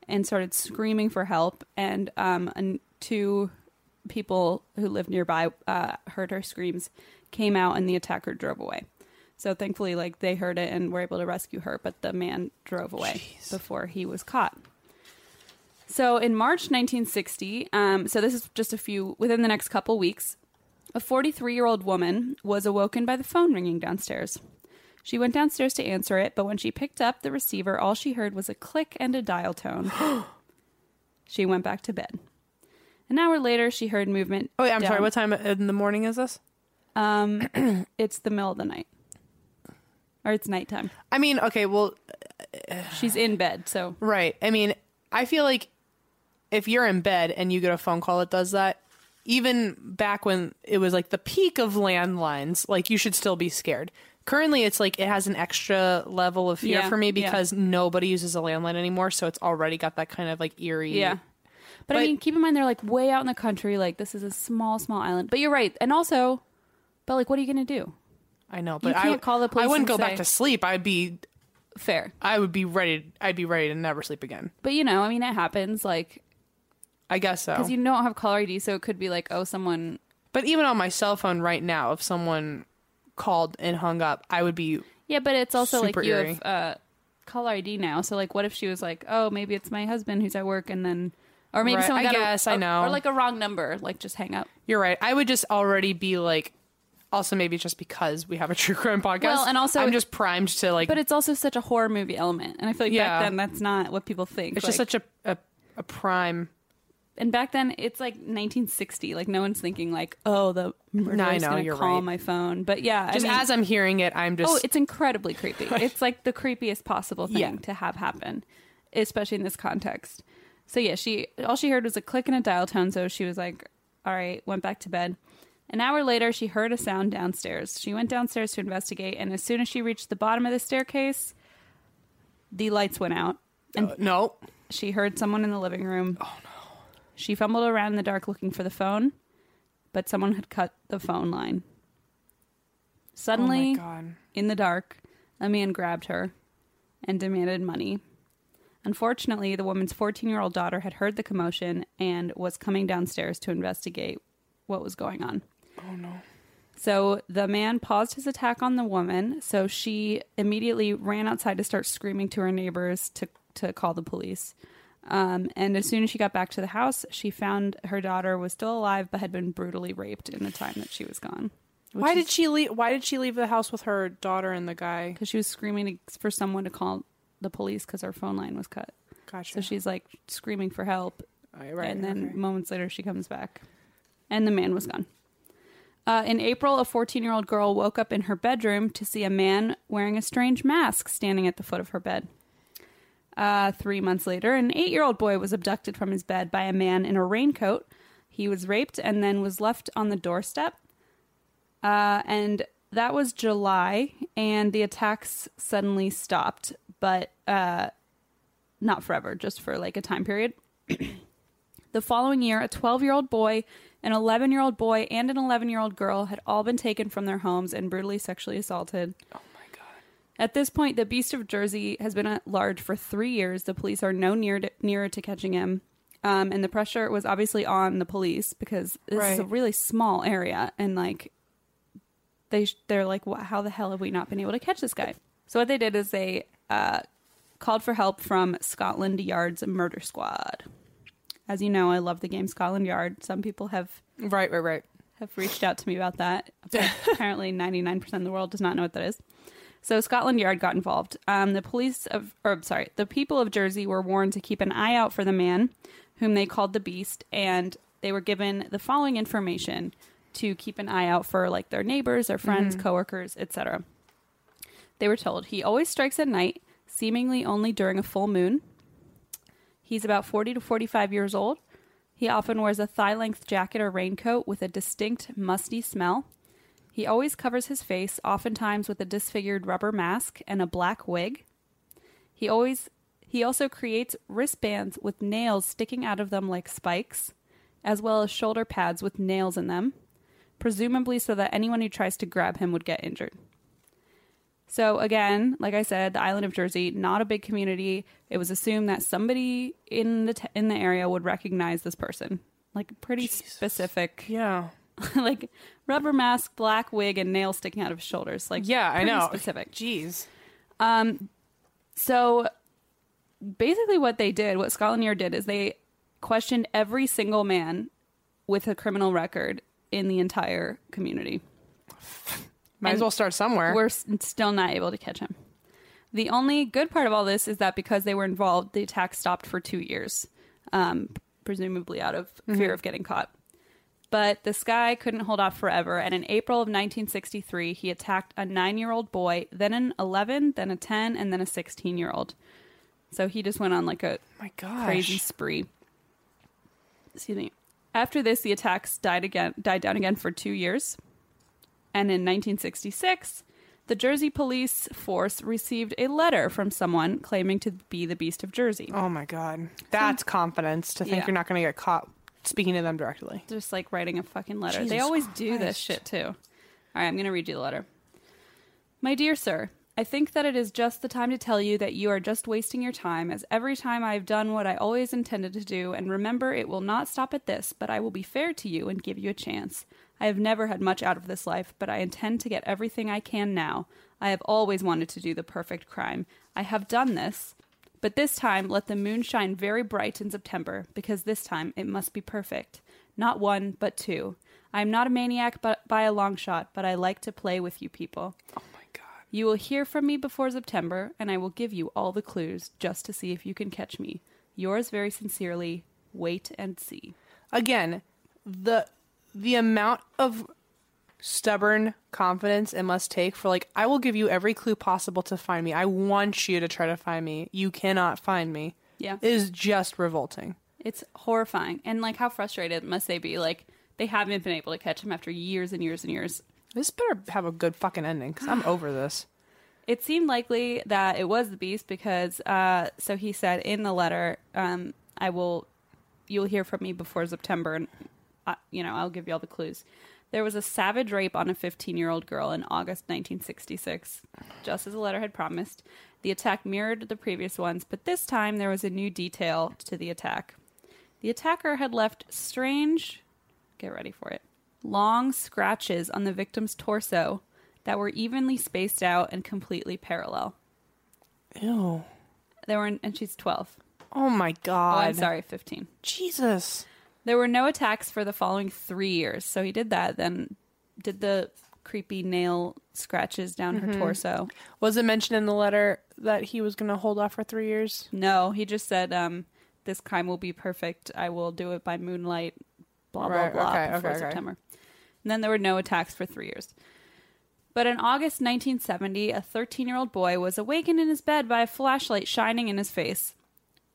Speaker 2: and started screaming for help. And, um, and two people who lived nearby uh, heard her screams, came out, and the attacker drove away. So thankfully, like they heard it and were able to rescue her, but the man drove away before he was caught. So in March 1960, um, so this is just a few within the next couple weeks, a 43 year old woman was awoken by the phone ringing downstairs. She went downstairs to answer it, but when she picked up the receiver, all she heard was a click and a
Speaker 1: [GASPS]
Speaker 2: dial tone. she went back to bed. An hour later, she heard movement.
Speaker 1: Oh, wait, I'm sorry.
Speaker 2: down-
Speaker 1: What time in the morning is this?
Speaker 2: Um, [CLEARS THROAT] it's the middle of the night, or it's nighttime.
Speaker 1: I mean, okay, well,
Speaker 2: She's in bed, so
Speaker 1: right. I mean, I feel like if you're in bed and you get a phone call that does that, even back when it was like the peak of landlines, like you should still be scared. Currently, it's like it has an extra level of fear
Speaker 2: Yeah,
Speaker 1: for me
Speaker 2: yeah.
Speaker 1: because nobody uses a landline anymore, so it's already got that kind of like eerie.
Speaker 2: Yeah. But, I
Speaker 1: But-
Speaker 2: mean, keep in mind they're like way out in the country. Like this is a small, small island. But you're right. And also, but like, what are you gonna do?
Speaker 1: I know, but I
Speaker 2: can't call the police
Speaker 1: I wouldn't
Speaker 2: and
Speaker 1: go
Speaker 2: say-
Speaker 1: back to sleep. I'd be,
Speaker 2: Fair.
Speaker 1: I would be ready. I'd be ready to never sleep again.
Speaker 2: But you know, I mean, it happens. Like
Speaker 1: I guess so.
Speaker 2: because you don't have caller ID, so it could be like, oh, someone.
Speaker 1: But even on my cell phone right now, if someone called and hung up, I would be
Speaker 2: Yeah, but it's also
Speaker 1: Super
Speaker 2: like you
Speaker 1: eerie.
Speaker 2: have uh, caller ID now. So like, what if she was like, oh, maybe it's my husband who's at work, and then, or maybe
Speaker 1: Right.
Speaker 2: someone
Speaker 1: I
Speaker 2: got
Speaker 1: guess,
Speaker 2: a,
Speaker 1: I
Speaker 2: a-
Speaker 1: know.
Speaker 2: or like a wrong number, like just hang up.
Speaker 1: You're right. I would just already be like also maybe just because we have a true crime podcast.
Speaker 2: Well, and also-
Speaker 1: I'm just primed to like
Speaker 2: But it's also such a horror movie element, and I feel like
Speaker 1: Yeah.
Speaker 2: back then that's not what people think.
Speaker 1: it's just
Speaker 2: Like-
Speaker 1: such a, a a prime
Speaker 2: and back then it's like 1960. Like no one's thinking like, oh, the murderer's
Speaker 1: I know,
Speaker 2: gonna
Speaker 1: you're
Speaker 2: call
Speaker 1: right.
Speaker 2: my phone. But yeah,
Speaker 1: just
Speaker 2: I mean,
Speaker 1: as I'm hearing it, I'm just uh,
Speaker 2: oh, it's incredibly creepy. it's like the creepiest possible thing
Speaker 1: Yeah.
Speaker 2: to have happen, especially in this context. So yeah, she all she heard was a click and a dial tone. So she was like, "All right," went back to bed. An hour later, she heard a sound downstairs. She went downstairs to investigate, and as soon as she reached the bottom of the staircase, the lights went out.
Speaker 1: uh, no.
Speaker 2: She heard someone in the living room. Oh no. She fumbled around in the dark looking for the phone, but someone had cut the phone line.
Speaker 1: oh
Speaker 2: Suddenly,
Speaker 1: my god.
Speaker 2: in the dark, a man grabbed her and demanded money. Unfortunately, the woman's 14 year old daughter had heard the commotion and was coming downstairs to investigate what was going on.
Speaker 1: Oh no.
Speaker 2: So the man paused his attack on the woman, so she immediately ran outside to start screaming to her neighbors to, to call the police. Um, and as soon as she got back to the house, she found her daughter was still alive but had been brutally raped in the time that she was gone.
Speaker 1: Why did she leave why did she leave the house with her daughter and the guy?
Speaker 2: because she was screaming to- for someone to call the police because her phone line was cut.
Speaker 1: Gotcha.
Speaker 2: So she's like screaming for help,
Speaker 1: All right, right,
Speaker 2: and then
Speaker 1: okay.
Speaker 2: moments later she comes back, and the man was gone. Uh, in April, a 14 year old girl woke up in her bedroom to see a man wearing a strange mask standing at the foot of her bed. Uh, three months later, an eight year old boy was abducted from his bed by a man in a raincoat. He was raped and then was left on the doorstep. Uh, and that was July, and the attacks suddenly stopped, but uh, not forever, just for like a time period. the following year, a 12 year old boy, an 11 year old boy, and an 11 year old girl had all been taken from their homes and brutally sexually assaulted.
Speaker 1: oh my god.
Speaker 2: At this point, the Beast of Jersey has been at large for three years. The police are no near to, nearer to catching him. Um, and the pressure was obviously on the police because this is a
Speaker 1: Right.
Speaker 2: really small area. And like, they, sh- they're like, "Wha- how the hell have we not been able to catch this guy? So what they did is they uh, called for help from Scotland Yard's murder squad. As you know, I love the game Scotland Yard. Some people have
Speaker 1: Right, right, right.
Speaker 2: have reached out to me about that. Apparently, 99% of the world does not know what that is. So Scotland Yard got involved. Um, the police of, or I'm sorry, the people of Jersey were warned to keep an eye out for the man, whom they called the Beast, and they were given the following information to keep an eye out for, like their neighbors, their friends, coworkers, etc. They were told he always strikes at night, seemingly only during a full moon. He's about 40 to 45 years old. He often wears a thigh length jacket or raincoat with a distinct musty smell. He always covers his face, oftentimes with a disfigured rubber mask and a black wig. He always he also creates wristbands with nails sticking out of them like spikes, as well as shoulder pads with nails in them, presumably so that anyone who tries to grab him would get injured. So again, like I said, the island of Jersey, not a big community. It was assumed that somebody in the t- in the area would recognize this person. Like pretty specific,
Speaker 1: Yeah.
Speaker 2: [LAUGHS] like rubber mask, black wig, and nails sticking out of his shoulders. Like
Speaker 1: Yeah, I
Speaker 2: pretty
Speaker 1: know.
Speaker 2: specific.
Speaker 1: Jeez.
Speaker 2: So basically, what they did, what Scotland Yard did, is they questioned every single man with a criminal record in the entire community.
Speaker 1: Might as
Speaker 2: And
Speaker 1: well start somewhere.
Speaker 2: We're s- still not able to catch him. The only good part of all this is that because they were involved, the attack stopped for two years, um, presumably out of fear of getting caught. But the sky couldn't hold off forever, and in April of 1963, he attacked a nine year old boy, then an 11, then a 10, and then a 16 year old. So he just went on like a
Speaker 1: my god.
Speaker 2: crazy spree. Excuse me. After this, the attacks died again, died down again for two years, and in 1966, the Jersey Police Force received a letter from someone claiming to be the Beast of Jersey.
Speaker 1: Oh my god, that's confidence to think
Speaker 2: Yeah.
Speaker 1: you're not going to get caught speaking to them directly.
Speaker 2: just like writing a fucking letter. they
Speaker 1: Jesus
Speaker 2: always do this
Speaker 1: Christ.
Speaker 2: shit too. All right, I'm going to read you the letter. My dear sir, I think that it is just the time to tell you that you are just wasting your time, as every time I have done what I always intended to do, and remember, it will not stop at this, but I will be fair to you and give you a chance. I have never had much out of this life, but I intend to get everything I can now. I have always wanted to do the perfect crime. I have done this, but this time let the moon shine very bright in September, because this time it must be perfect. Not one, but two. I am not a maniac but by a long shot, but I like to play with you people.
Speaker 1: Oh my god.
Speaker 2: You will hear from me before September, and I will give you all the clues just to see if you can catch me. Yours very sincerely, wait and see.
Speaker 1: Again, the the amount of stubborn confidence it must take for like I will give you every clue possible to find me. I want you to try to find me. You cannot find me.
Speaker 2: Yeah.
Speaker 1: Is just revolting.
Speaker 2: It's horrifying. And like how frustrated must they be? Like they haven't been able to catch him after years and years and years.
Speaker 1: This better have a good fucking ending cuz
Speaker 2: [GASPS]
Speaker 1: I'm over this.
Speaker 2: It seemed likely that it was the beast because, uh, so he said in the letter, um, I will, you'll hear from me before September, and I, you know I'll give you all the clues. There was a savage rape on a 15-year-old girl in August 1966, just as the letter had promised. The attack mirrored the previous ones, but this time there was a new detail to the attack. The attacker had left strange, get ready for it, long scratches on the victim's torso that were evenly spaced out and completely parallel.
Speaker 1: Ew.
Speaker 2: There were, and she's 12.
Speaker 1: Oh my
Speaker 2: Oh,
Speaker 1: god.
Speaker 2: I'm sorry, 15.
Speaker 1: Jesus.
Speaker 2: There were no attacks for the following three years. So he did that, then did the creepy nail scratches down her torso.
Speaker 1: Was it mentioned in the letter that he was going to hold off for 3 years?
Speaker 2: No, he just said, um, this crime will be perfect. I will do it by moonlight, blah, blah,
Speaker 1: Right,
Speaker 2: blah,
Speaker 1: okay, okay,
Speaker 2: before
Speaker 1: okay.
Speaker 2: September. And then there were no attacks for three years. But in August 1970, a 13 year old boy was awakened in his bed by a flashlight shining in his face.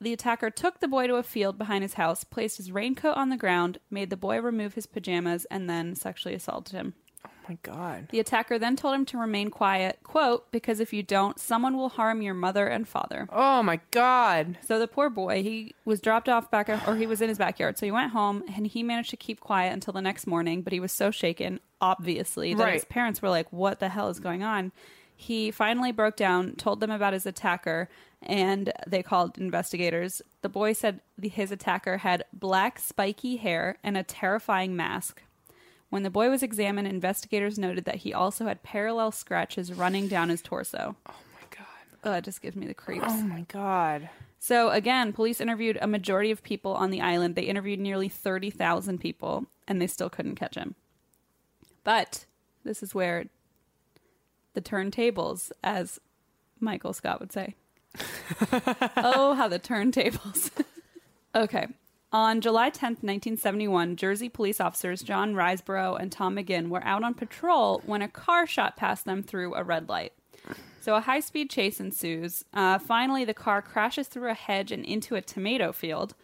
Speaker 2: The attacker took the boy to a field behind his house, placed his raincoat on the ground, made the boy remove his pajamas, and then sexually assaulted him.
Speaker 1: Oh my god.
Speaker 2: The attacker then told him to remain quiet, quote, because if you don't, someone will harm your mother and father.
Speaker 1: Oh my god.
Speaker 2: So the poor boy, he was dropped off back, or he was in his backyard. So he went home, and he managed to keep quiet until the next morning. But he was so shaken, obviously, that his
Speaker 1: Right.
Speaker 2: parents were like, "What the hell is going on?" He finally broke down, told them about his attacker, and they called investigators. The boy said the, his attacker had black, spiky hair and a terrifying mask. When the boy was examined, investigators noted that he also had parallel scratches running down his torso.
Speaker 1: Oh my god.
Speaker 2: Ugh, it just gives me the creeps.
Speaker 1: Oh my god.
Speaker 2: So again, police interviewed a majority of people on the island. They interviewed nearly 30,000 people and they still couldn't catch him. But this is where the turntables as Michael Scott would say. oh, how the turntables. [LAUGHS] okay. On July 10th, 1971, Jersey police officers John Riseborough and Tom McGinn were out on patrol when a car shot past them through a red light. So a high speed chase ensues. Uh, finally, the car crashes through a hedge and into a tomato field.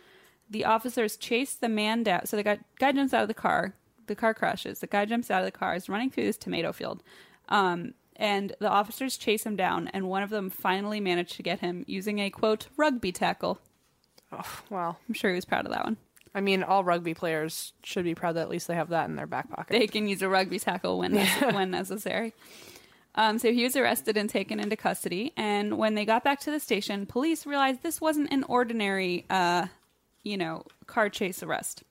Speaker 2: The officers chase the man down. So the guy, guy jumps out of the car. The car crashes. The guy jumps out of the car, is running through this tomato field. Um, and the officers chase him down, and one of them finally managed to get him using a quote rugby tackle.
Speaker 1: Oh, well,
Speaker 2: I'm sure he was proud of that one.
Speaker 1: I mean, all rugby players should be proud that at least they have that in their back pocket.
Speaker 2: They can use a rugby tackle when when necessary. Um, so he was arrested and taken into custody. And when they got back to the station, police realized this wasn't an ordinary, uh, you know, car chase arrest.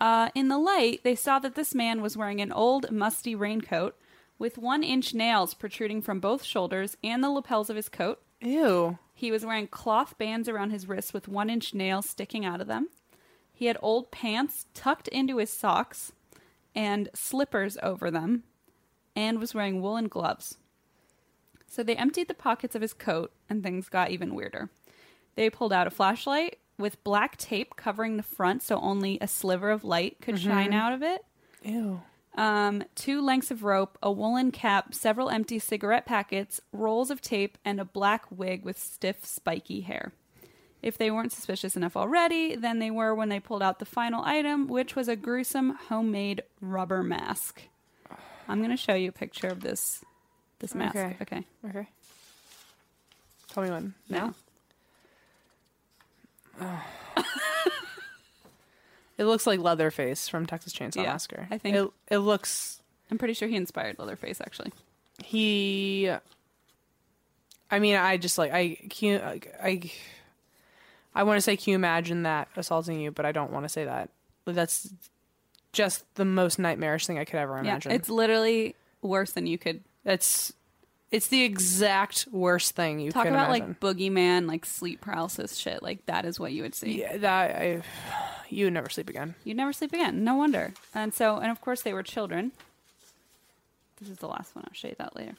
Speaker 2: Uh, in the light, they saw that this man was wearing an old, musty raincoat with one-inch nails protruding from both shoulders and the lapels of his coat.
Speaker 1: Ew.
Speaker 2: He was wearing cloth bands around his wrists with one inch nails sticking out of them. He had old pants tucked into his socks and slippers over them and was wearing woolen gloves. So they emptied the pockets of his coat and things got even weirder. They pulled out a flashlight with black tape covering the front so only a sliver of light could shine out of it
Speaker 1: Ew.
Speaker 2: um, two lengths of rope, a woolen cap, several empty cigarette packets, rolls of tape, and a black wig with stiff, spiky hair. If they weren't suspicious enough already, then they were when they pulled out the final item, which was a gruesome homemade rubber mask. I'm going to show you a picture of this this mask.
Speaker 1: Okay.
Speaker 2: Okay.
Speaker 1: Okay. Tell me when.
Speaker 2: No.
Speaker 1: It looks like Leatherface from Texas Chainsaw
Speaker 2: Yeah,
Speaker 1: Massacre.
Speaker 2: I think-
Speaker 1: it, it looks
Speaker 2: I'm pretty sure he inspired Leatherface actually.
Speaker 1: he. I mean, I just like I can I. I want to say, can you imagine that assaulting you? But I don't want to say that. But that's just the most nightmarish thing I could ever imagine.
Speaker 2: Yeah, it's literally worse than you could
Speaker 1: that's it's the exact worst thing you
Speaker 2: talk
Speaker 1: could
Speaker 2: about
Speaker 1: imagine.
Speaker 2: like boogeyman, like sleep paralysis shit. Like that is what you would see.
Speaker 1: yeah, that I, you would never sleep again.
Speaker 2: You'd never sleep again. No wonder. And so, and of course, they were children. This is the last one. I'll show you that later.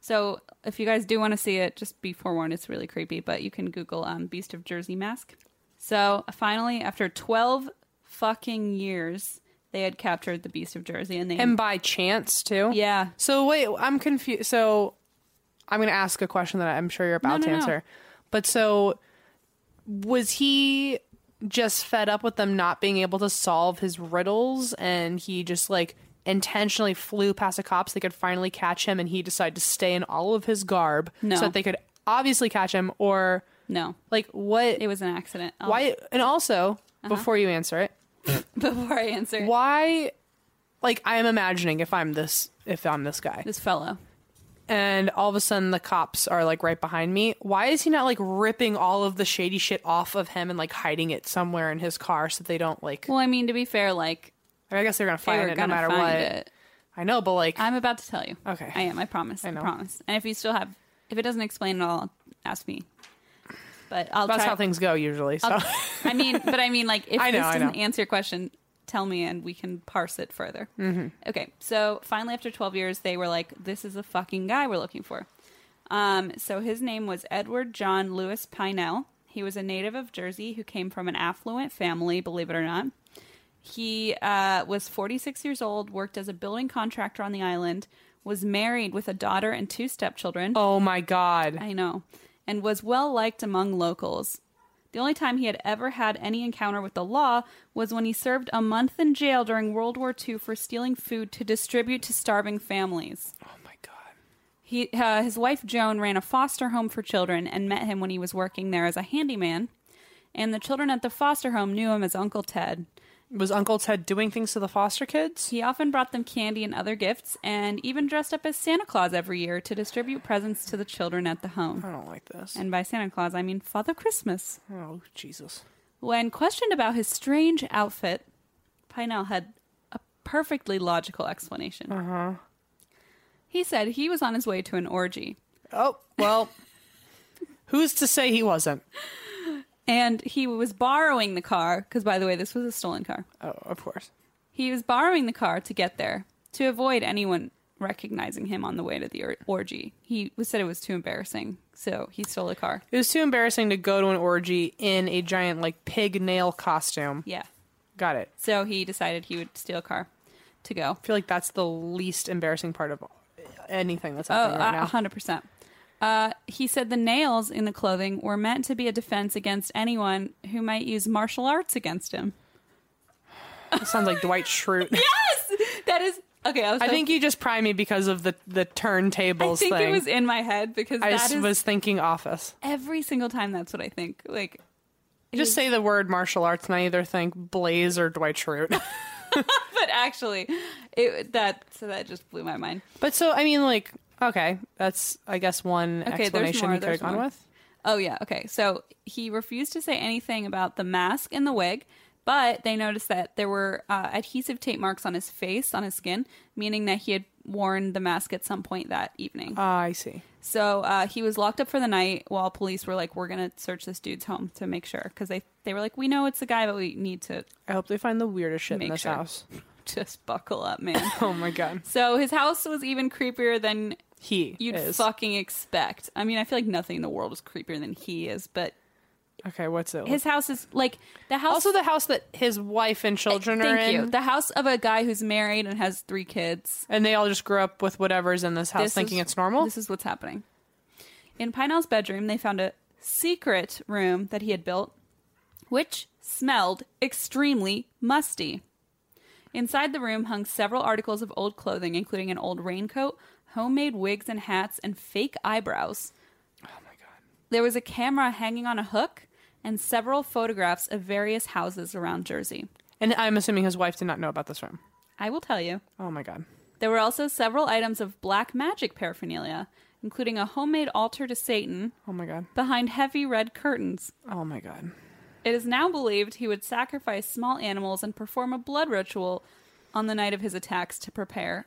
Speaker 2: So, if you guys do want to see it, just be forewarned. It's really creepy, but you can Google um, Beast of Jersey Mask. So, finally, after 12 fucking years, they had captured the Beast of Jersey and they.
Speaker 1: And by chance too.
Speaker 2: Hmm. yeah.
Speaker 1: So wait, I'm confused. So I'm going to ask a question that I'm sure you're about to
Speaker 2: No, no, no.
Speaker 1: answer. But so was he just fed up with them not being able to solve his riddles and he just like intentionally flew past the cops they could finally catch him and he decided to stay in all of his garb
Speaker 2: No.
Speaker 1: so that they could obviously catch him or
Speaker 2: No,
Speaker 1: like what
Speaker 2: it Uh-huh. was an accident. I'll-
Speaker 1: why and also before you answer it
Speaker 2: [LAUGHS] Before I answer,
Speaker 1: why like i am imagining if i'm this if i'm this guy
Speaker 2: this fellow.
Speaker 1: and all of a sudden the cops are like right behind me. Why is he not like ripping all of the shady shit off of him and like hiding it somewhere in his car so they don't like?
Speaker 2: Well, I mean, to be fair, like,
Speaker 1: I, mean, I guess they're gonna
Speaker 2: they
Speaker 1: find
Speaker 2: were
Speaker 1: it no
Speaker 2: gonna
Speaker 1: matter
Speaker 2: find
Speaker 1: what.
Speaker 2: it.
Speaker 1: I know, but like,
Speaker 2: I'm about to tell you.
Speaker 1: Okay.
Speaker 2: I am. I promise. I,
Speaker 1: know.
Speaker 2: promise. And if you still have, if it doesn't explain at all, ask me. But I'll
Speaker 1: that's
Speaker 2: try.
Speaker 1: how things go usually. [LAUGHS] So
Speaker 2: I mean, but I mean, like, if
Speaker 1: I know,
Speaker 2: this
Speaker 1: I
Speaker 2: doesn't
Speaker 1: know.
Speaker 2: answer your question, tell me and we can parse it further. Mm-hmm. Okay. So finally, after 12 years, they were like, this is the fucking guy we're looking for. Um, so his name was Edward John Lewis Pinell. He was a native of Jersey who came from an affluent family, believe it or not. He uh, was 46 years old, worked as a building contractor on the island, was married with a daughter and two stepchildren.
Speaker 1: oh my god,
Speaker 2: I know. And was well liked among locals. The only time he had ever had any encounter with the law was when he served a month in jail during World War II for stealing food to distribute to starving families.
Speaker 1: oh my god,
Speaker 2: He, uh, his wife Joan ran a foster home for children and met him when he was working there as a handyman. And the children at the foster home knew him as Uncle Ted.
Speaker 1: was Uncle Ted doing things to the foster kids?
Speaker 2: He often brought them candy and other gifts, and even dressed up as Santa Claus every year to distribute presents to the children at the home.
Speaker 1: I don't like this.
Speaker 2: And by Santa Claus, I mean Father Christmas.
Speaker 1: oh Jesus,
Speaker 2: When questioned about his strange outfit, Pinell had a perfectly logical explanation. Uh-huh. He said he was on his way to an orgy,
Speaker 1: oh
Speaker 2: [LAUGHS]
Speaker 1: well, who's to say he wasn't?
Speaker 2: and he was borrowing the car because, by the way, this was a stolen car.
Speaker 1: Oh, of course.
Speaker 2: He was borrowing the car to get there to avoid anyone recognizing him on the way to the or- orgy. He was said it was too embarrassing, so he stole a car.
Speaker 1: It was too embarrassing to go to an orgy in a giant like pig nail costume.
Speaker 2: Yeah,
Speaker 1: Got it.
Speaker 2: so he decided he would steal a car to go.
Speaker 1: I feel like that's the least embarrassing part of anything that's
Speaker 2: Oh,
Speaker 1: happening right
Speaker 2: a
Speaker 1: now.
Speaker 2: hundred percent. Uh, he said the nails in the clothing were meant to be a defense against anyone who might use martial arts against him.
Speaker 1: It sounds like Dwight
Speaker 2: [LAUGHS]
Speaker 1: Schrute.
Speaker 2: That is okay. I was.
Speaker 1: I
Speaker 2: so-
Speaker 1: think you just primed me because of the the turntables
Speaker 2: I think
Speaker 1: thing.
Speaker 2: it was in my head because
Speaker 1: I
Speaker 2: that
Speaker 1: just
Speaker 2: is
Speaker 1: was thinking office.
Speaker 2: every single time. That's what I think. Like [LAUGHS]
Speaker 1: Just say the word martial arts, and I either think Blaze or Dwight Schrute.
Speaker 2: but actually it that so that just blew my mind
Speaker 1: [LAUGHS] but so I mean, like, okay, that's I guess one
Speaker 2: okay there's
Speaker 1: explanation
Speaker 2: more
Speaker 1: you could
Speaker 2: there's
Speaker 1: have gone
Speaker 2: more.
Speaker 1: with.
Speaker 2: oh yeah okay so he refused to say anything about the mask and the wig but they noticed that there were uh, adhesive tape marks on his face on his skin meaning that he had worn the mask at some point that evening
Speaker 1: Ah, I see.
Speaker 2: so uh, he was locked up for the night while police were like we're gonna search this dude's home to make sure because they they were like we know it's the guy but we need to [LAUGHS]
Speaker 1: I hope they find the weirdest shit
Speaker 2: Make
Speaker 1: in this
Speaker 2: sure.
Speaker 1: house. [LAUGHS]
Speaker 2: just buckle up man
Speaker 1: Oh my god,
Speaker 2: so his house was even creepier than
Speaker 1: he
Speaker 2: you'd
Speaker 1: is.
Speaker 2: fucking expect. I mean, I feel like nothing in the world is creepier than he is, but
Speaker 1: Okay, what's it?
Speaker 2: his house is like the house.
Speaker 1: Oh. also, the house that his wife and children are
Speaker 2: thank
Speaker 1: in,
Speaker 2: you. The house of a guy who's married and has three kids.
Speaker 1: and they all just grew up with whatever's in this house,
Speaker 2: This
Speaker 1: thinking
Speaker 2: is-
Speaker 1: it's normal.
Speaker 2: This is what's happening. In Pinell's bedroom, they found a secret room that he had built, which smelled extremely musty. Inside the room hung several articles of old clothing, including an old raincoat, homemade wigs and hats, and fake eyebrows.
Speaker 1: Oh my god.
Speaker 2: There was a camera hanging on a hook and several photographs of various houses around Jersey.
Speaker 1: And I'm assuming his wife did not know about this room.
Speaker 2: I will tell you.
Speaker 1: Oh my god.
Speaker 2: There were also several items of black magic paraphernalia, including a homemade altar to Satan
Speaker 1: Oh my god.
Speaker 2: behind heavy red curtains.
Speaker 1: Oh my god.
Speaker 2: It is now believed he would sacrifice small animals and perform a blood ritual on the night of his attacks to prepare.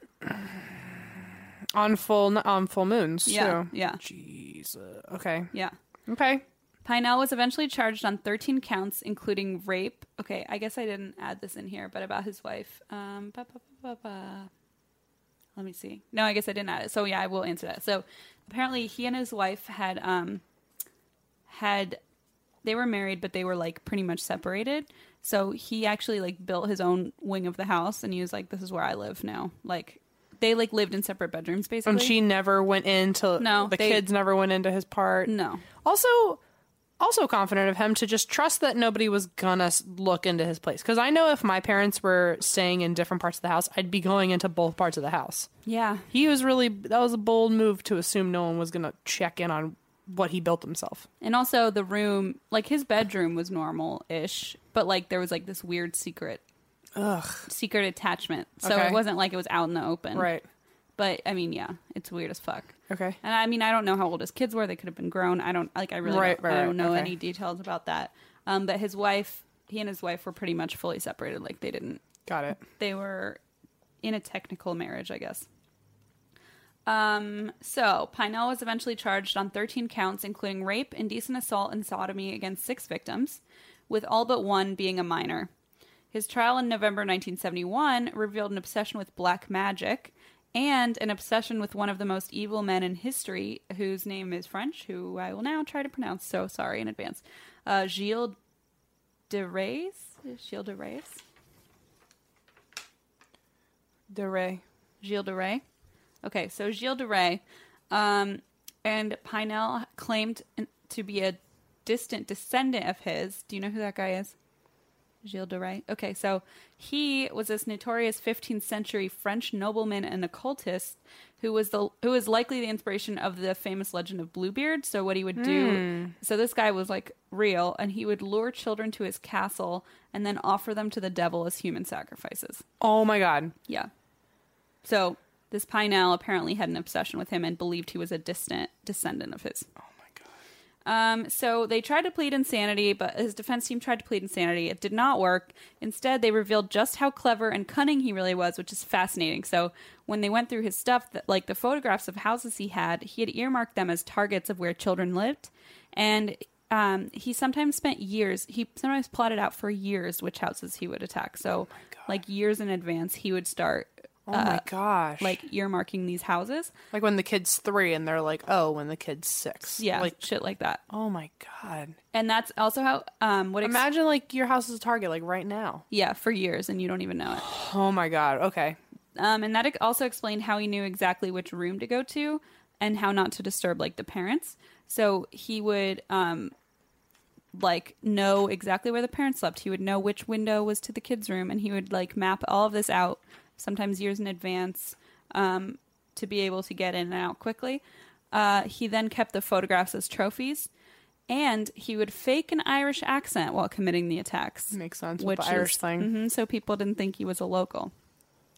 Speaker 1: On full on full moons
Speaker 2: Yeah,
Speaker 1: too.
Speaker 2: yeah.
Speaker 1: Jesus. Okay.
Speaker 2: Yeah.
Speaker 1: Okay.
Speaker 2: Pinell was eventually charged on 13 counts, including rape. Okay, I guess I didn't add this in here, but about his wife. Um, ba, ba, ba, ba, ba. Let me see. No, I guess I didn't add it. So yeah, I will answer that. So apparently, he and his wife had um, had they were married, but they were like pretty much separated. So he actually like built his own wing of the house, and he was like, "This is where I live now." Like they like lived in separate bedrooms, basically.
Speaker 1: And she never went into
Speaker 2: No,
Speaker 1: the
Speaker 2: they-
Speaker 1: kids never went into his part.
Speaker 2: no,
Speaker 1: Also also confident of him to just trust that nobody was gonna s- look into his place because I know if my parents were staying in different parts of the house, I'd be going into both parts of the house.
Speaker 2: yeah,
Speaker 1: He was really that was a bold move to assume no one was gonna check in on what he built himself.
Speaker 2: And also the room, like his bedroom was normal ish, but like there was like this weird secret Ugh. secret attachment. So
Speaker 1: Okay.
Speaker 2: it wasn't like it was out in the open.
Speaker 1: Right.
Speaker 2: But I mean, yeah, it's weird as fuck.
Speaker 1: Okay.
Speaker 2: And I mean, I don't know how old his kids were. They could have been grown. I don't like I really
Speaker 1: Right,
Speaker 2: don't,
Speaker 1: right,
Speaker 2: I don't
Speaker 1: right.
Speaker 2: know
Speaker 1: Okay.
Speaker 2: any details about that. Um but his wife, he and his wife were pretty much fully separated like they didn't
Speaker 1: Got it.
Speaker 2: they were in a technical marriage, I guess. Um, so Pinell was eventually charged on 13 counts, including rape, indecent assault, and sodomy against six victims, with all but one being a minor. His trial in November 1971 revealed an obsession with black magic and an obsession with one of the most evil men in history, whose name is French, who I will now try to pronounce, so sorry in advance. Uh, Gilles de Reyes? Gilles de Reyes?
Speaker 1: De Ray.
Speaker 2: Gilles de Rais. Okay, so Gilles de Rais, um, and Pinel claimed to be a distant descendant of his. Do you know who that guy is? Gilles de Rais. Okay, so he was this notorious 15th century French nobleman and occultist who was the who is likely the inspiration of the famous legend of Bluebeard. So what he would do, so this guy was like real, and he would lure children to his castle and then offer them to the devil as human sacrifices.
Speaker 1: Oh my god.
Speaker 2: Yeah. So this Pinel apparently had an obsession with him and believed he was a distant descendant of his. Oh my god. Um, so they tried to plead insanity, but his defense team tried to plead insanity. It did not work. Instead, they revealed just how clever and cunning he really was, which is fascinating. So when they went through his stuff, that like the photographs of houses he had, he had earmarked them as targets of where children lived, and um, he sometimes spent years. He sometimes plotted out for years which houses he would attack. So, like years in advance, he would start uh,
Speaker 1: Oh my gosh.
Speaker 2: like earmarking these houses.
Speaker 1: like when the kid's three and they're like, oh, when the kid's six.
Speaker 2: Yeah,
Speaker 1: Like,
Speaker 2: shit like that.
Speaker 1: oh my god.
Speaker 2: And that's also how um what ex-
Speaker 1: Imagine like your house is a target like right now.
Speaker 2: yeah for years and you don't even know it.
Speaker 1: Oh my god. Okay.
Speaker 2: Um, and that ex- also explained how he knew exactly which room to go to and how not to disturb like the parents. So he would um like know exactly where the parents slept. He would know which window was to the kids' room, and he would like map all of this out sometimes years in advance um, to be able to get in and out quickly. Uh, he then kept the photographs as trophies, and he would fake an Irish accent while committing the attacks.
Speaker 1: Makes sense with the Irish thing.
Speaker 2: mhm, so people didn't think he was a local.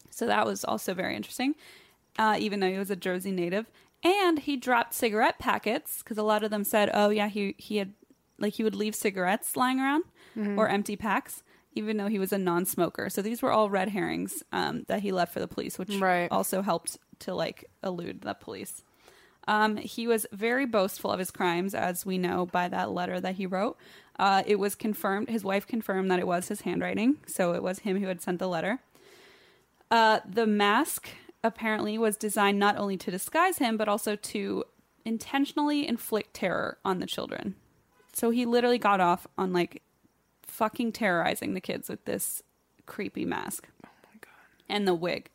Speaker 2: So that was also very interesting, uh, even though he was a Jersey native. And he dropped cigarette packets because a lot of them said, "Oh yeah, he he had like he would leave cigarettes lying around or empty packs." Even though he was a non-smoker, so these were all red herrings um, that he left for the police, which
Speaker 1: Right.
Speaker 2: also helped to like elude the police. Um, he was very boastful of his crimes, as we know by that letter that he wrote. Uh, it was confirmed; his wife confirmed that it was his handwriting, so it was him who had sent the letter. Uh, the mask apparently was designed not only to disguise him, but also to intentionally inflict terror on the children. So he literally got off on like fucking terrorizing the kids with this creepy mask
Speaker 1: Oh my god.
Speaker 2: and the wig.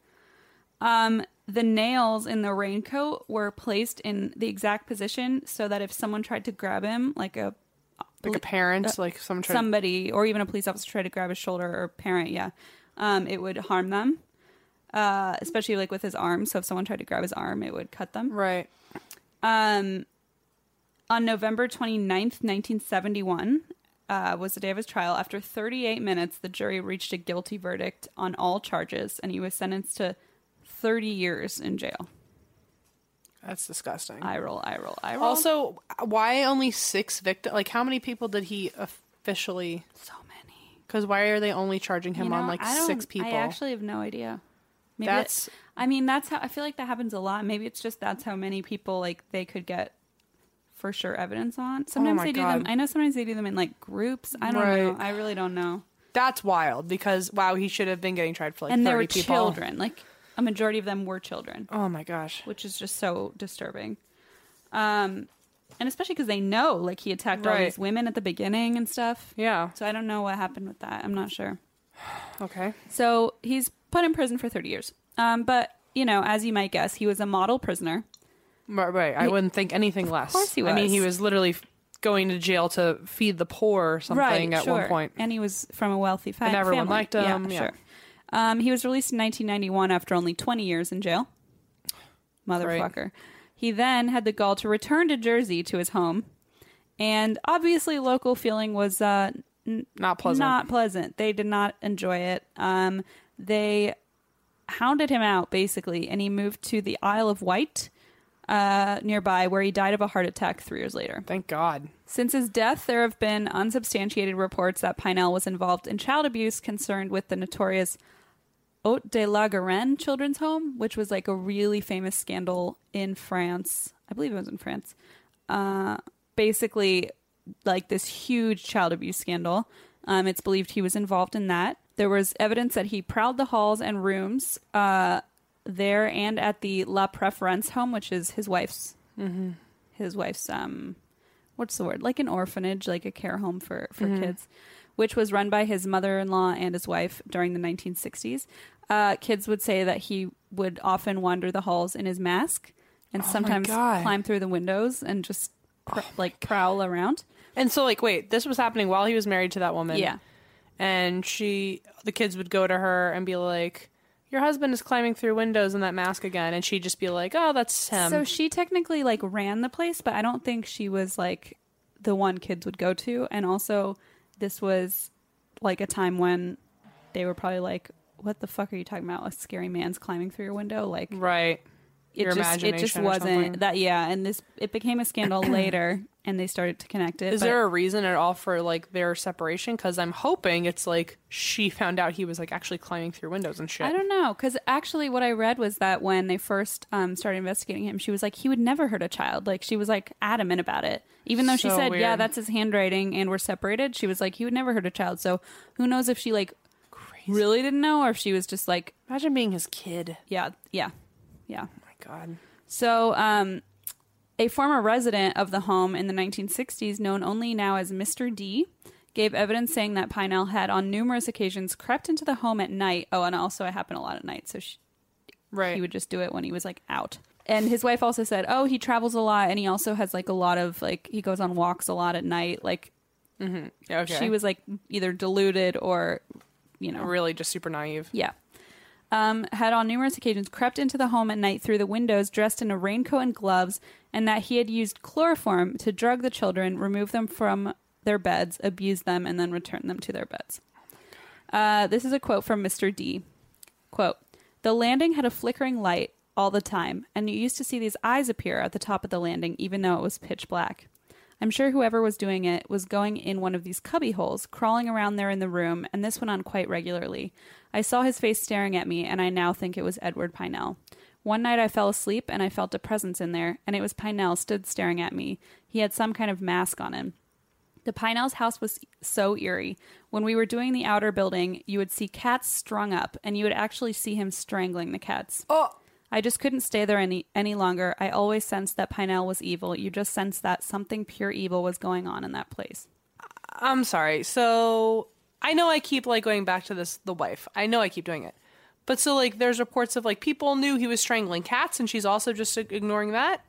Speaker 2: Um, the nails in the raincoat were placed in the exact position so that if someone tried to grab him, like a
Speaker 1: like a parent, like someone tried uh, some
Speaker 2: somebody or even a police officer tried to grab his shoulder or parent, yeah, um, it would harm them. Uh, especially like with his arm. So if someone tried to grab his arm, it would cut them.
Speaker 1: right.
Speaker 2: Um, on November 29th, 1971, uh, was the day of his trial. After 38 minutes, the jury reached a guilty verdict on all charges, and he was sentenced to 30 years in jail.
Speaker 1: That's disgusting.
Speaker 2: I roll, I roll, I roll.
Speaker 1: also, why only six victims? Like, how many people did he officially?
Speaker 2: so many.
Speaker 1: Because why are they only charging him
Speaker 2: You
Speaker 1: on
Speaker 2: know,
Speaker 1: like
Speaker 2: I don't-
Speaker 1: six people?
Speaker 2: I actually have no idea. Maybe
Speaker 1: That's-
Speaker 2: that's. I mean, that's how I feel like that happens a lot. Maybe it's just that's how many people like they could get for sure evidence on. Sometimes
Speaker 1: Oh my
Speaker 2: they do them.
Speaker 1: God.
Speaker 2: I know sometimes they do them in like groups. I don't know.
Speaker 1: Right.
Speaker 2: I really don't know.
Speaker 1: That's wild. Because wow, he should have been getting tried for like
Speaker 2: and
Speaker 1: 30
Speaker 2: there were
Speaker 1: people.
Speaker 2: children. Like a majority of them were children,
Speaker 1: Oh my gosh.
Speaker 2: which is just so disturbing. Um, and especially because they know like he attacked all
Speaker 1: Right.
Speaker 2: these women at the beginning and stuff.
Speaker 1: Yeah.
Speaker 2: So I don't know what happened with that. I'm not sure.
Speaker 1: Okay.
Speaker 2: So he's put in prison for 30 years. Um, but, you know, as you might guess, he was a model prisoner.
Speaker 1: Right, right. I wouldn't think anything less.
Speaker 2: course he
Speaker 1: I mean,
Speaker 2: was.
Speaker 1: he was literally f- going to jail to feed the poor or something at one point.
Speaker 2: And he was from a wealthy fa-
Speaker 1: And everyone
Speaker 2: family.
Speaker 1: liked him, yeah.
Speaker 2: Um, he was released in 1991 after only 20 years in jail. Motherfucker. He then had the gall to return to Jersey to his home. And obviously, local feeling was uh, n-
Speaker 1: Not pleasant.
Speaker 2: Not pleasant. They did not enjoy it. Um, they hounded him out basically, and he moved to the Isle of Wight uh, nearby, where he died of a heart attack three years later.
Speaker 1: Thank God.
Speaker 2: Since his death, there have been unsubstantiated reports that Pinel was involved in child abuse concerned with the notorious Haute de la Garenne children's home, which was like a really famous scandal in France. I believe it was in France. Uh, basically, like this huge child abuse scandal. Um, it's believed he was involved in that. There was evidence that he prowled the halls and rooms uh, there and at the La Preference home, which is his wife's his wife's um what's the word like an orphanage like a care home for for
Speaker 1: Mm-hmm.
Speaker 2: kids which was run by his mother-in-law and his wife during the 1960s uh, kids would say that he would often wander the halls in his mask and
Speaker 1: Oh my
Speaker 2: sometimes
Speaker 1: God. Oh
Speaker 2: climb through the windows and just pr- like prowl around
Speaker 1: And so, like, wait, this was happening while he was married to that woman.
Speaker 2: Yeah.
Speaker 1: And she, the kids would go to her and be like, "Your husband is climbing through windows in that mask again," and she'd just be like, "Oh, that's him."
Speaker 2: so she technically like ran the place but i don't think she was like the one kids would go to and also this was like a time when they were probably like what the fuck are you talking about a scary man's climbing through your window like
Speaker 1: right.
Speaker 2: it
Speaker 1: Your
Speaker 2: just it just
Speaker 1: imagination or something.
Speaker 2: wasn't that yeah and this it became a
Speaker 1: [CLEARS THROAT]
Speaker 2: scandal later and they started to connect it
Speaker 1: Is
Speaker 2: but-
Speaker 1: there a reason at all for like their separation? Because I'm hoping it's like she [LAUGHS] found out he was like actually climbing through windows and shit.
Speaker 2: I don't know, because actually, what I read was that when they first um, started investigating him, she was like, he would never hurt a child. Like she was like adamant about it, even though she
Speaker 1: So
Speaker 2: said, "Yeah,
Speaker 1: weird.
Speaker 2: that's his handwriting," and we're separated. She was like, he would never hurt a child. So who knows if she like really didn't know, or if she was just like,
Speaker 1: Imagine being his kid.
Speaker 2: yeah, yeah, yeah.
Speaker 1: Oh my God.
Speaker 2: So, um, a former resident of the home in the 1960s, known only now as Mr. D, gave evidence saying that Pinell had on numerous occasions crept into the home at night. Oh, and also it happened a lot at night, so she,
Speaker 1: Right.
Speaker 2: he would just do it when he was like out. And his wife also said, "Oh, he travels a lot, and he also has like a lot of like he goes on walks a lot at night. Like
Speaker 1: Okay.
Speaker 2: she was like either deluded or, you know,
Speaker 1: really just super naive.
Speaker 2: yeah. Um, had on numerous occasions crept into the home at night through the windows, dressed in a raincoat and gloves, and that he had used chloroform to drug the children, remove them from their beds, abuse them, and then return them to their beds. Uh, this is a quote from Mr. D. Quote The landing had a flickering light all the time, and you used to see these eyes appear at the top of the landing, even though it was pitch black. I'm sure whoever was doing it was going in one of these cubby holes, crawling around there in the room, and this went on quite regularly. I saw his face staring at me, and I now think it was Edward Pinell. One night I fell asleep and I felt a presence in there, and it was Pinell stood staring at me. He had some kind of mask on him. The Pinell's house was so eerie. When we were doing the outer building, you would see cats strung up, and you would actually see him strangling the cats.
Speaker 1: Oh.
Speaker 2: I just couldn't stay there any any longer. I always sensed that Pinell was evil. You just sensed that something pure evil was going on in that place.
Speaker 1: I'm sorry. So I know I keep like going back to this the wife. I know I keep doing it. But so like there's reports of like people knew he was strangling cats and she's also just ig- ignoring that.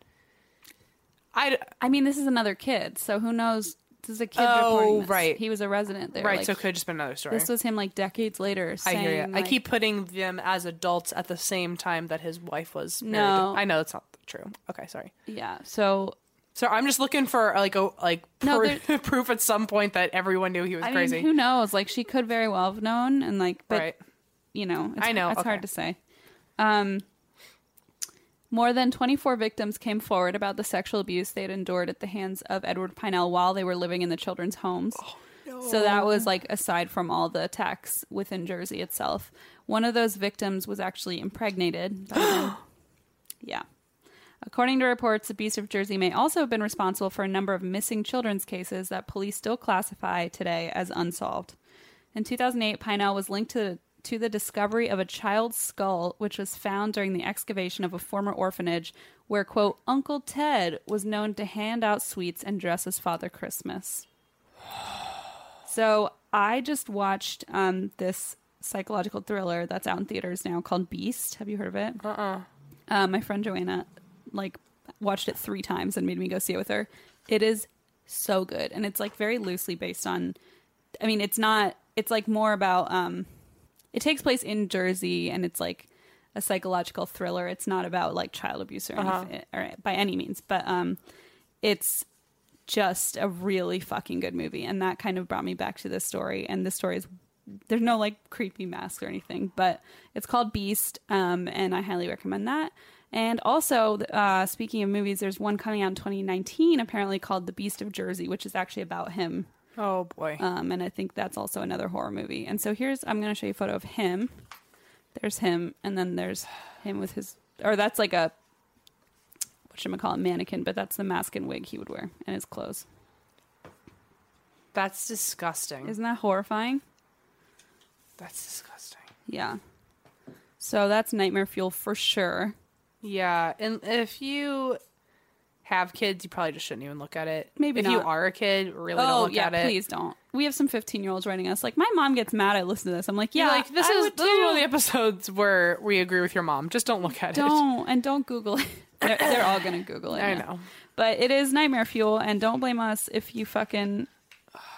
Speaker 1: I d-
Speaker 2: I mean, this is another kid, so who knows? This is a kid.
Speaker 1: Oh,
Speaker 2: reporting this.
Speaker 1: right.
Speaker 2: He was a resident there.
Speaker 1: right,
Speaker 2: like,
Speaker 1: so it could have just been another story.
Speaker 2: This was him like decades later.
Speaker 1: I hear you.
Speaker 2: saying,
Speaker 1: I
Speaker 2: like-
Speaker 1: keep putting them as adults at the same time that his wife was married.
Speaker 2: No.
Speaker 1: I know it's not true. Okay, sorry.
Speaker 2: Yeah. So
Speaker 1: So I'm just looking for like a like
Speaker 2: No,
Speaker 1: pro- [LAUGHS] proof at some point that everyone knew he was
Speaker 2: I
Speaker 1: crazy.
Speaker 2: mean, who knows? Like she could very well have known, and like, but
Speaker 1: right.
Speaker 2: you know, it's,
Speaker 1: I know,
Speaker 2: it's
Speaker 1: okay.
Speaker 2: hard to say. Um, more than 24 victims came forward about the sexual abuse they had endured at the hands of Edward Pinell while they were living in the children's homes.
Speaker 1: Oh,
Speaker 2: So that was like aside from all the attacks within Jersey itself. One of those victims was actually impregnated.
Speaker 1: [GASPS]
Speaker 2: by him. yeah. According to reports, abuse of Jersey may also have been responsible for a number of missing children's cases that police still classify today as unsolved. In 2008, Pinell was linked to to the discovery of a child's skull, which was found during the excavation of a former orphanage, where quote Uncle Ted was known to hand out sweets and dress as Father Christmas. So I just watched um, this psychological thriller that's out in theaters now called Beast. Have you heard of it? Uh, my friend Joanna like watched it three times and made me go see it with her. It is so good, and it's like very loosely based on. I mean, it's not. It's like more about. um It takes place in Jersey, and it's like a psychological thriller. It's not about like child abuse or anything, or by any means, but um, it's just a really fucking good movie, and that kind of brought me back to this story. And this story is there's no like creepy mask or anything, but it's called Beast, um, and I highly recommend that. And also, uh, speaking of movies, there's one coming out in 2019 apparently called The Beast of Jersey, which is actually about him.
Speaker 1: Oh boy.
Speaker 2: Um, and I think that's also another horror movie. And so here's I'm going to show you a photo of him. There's him, and then there's him with his or that's like a what should I call it mannequin, but that's the mask and wig he would wear and his clothes.
Speaker 1: That's disgusting.
Speaker 2: Isn't that horrifying?
Speaker 1: That's disgusting.
Speaker 2: Yeah. So that's nightmare fuel for sure.
Speaker 1: Yeah, and if you have kids, you probably just shouldn't even look at it.
Speaker 2: Maybe
Speaker 1: if you
Speaker 2: not. Oh,
Speaker 1: are a kid, really don't look
Speaker 2: yeah,
Speaker 1: at it.
Speaker 2: please don't. We have some 15 year olds writing us like, my mom gets mad. I listen to this. I'm like, yeah,
Speaker 1: Yeah, like this
Speaker 2: I
Speaker 1: is
Speaker 2: would
Speaker 1: this is one of the
Speaker 2: too."
Speaker 1: episodes where we agree with your mom. Just don't look at it.
Speaker 2: don't and don't Google it. [LAUGHS] They're, they're all gonna Google it.
Speaker 1: I
Speaker 2: now.
Speaker 1: know.
Speaker 2: but it is nightmare fuel, and don't blame us if you fucking.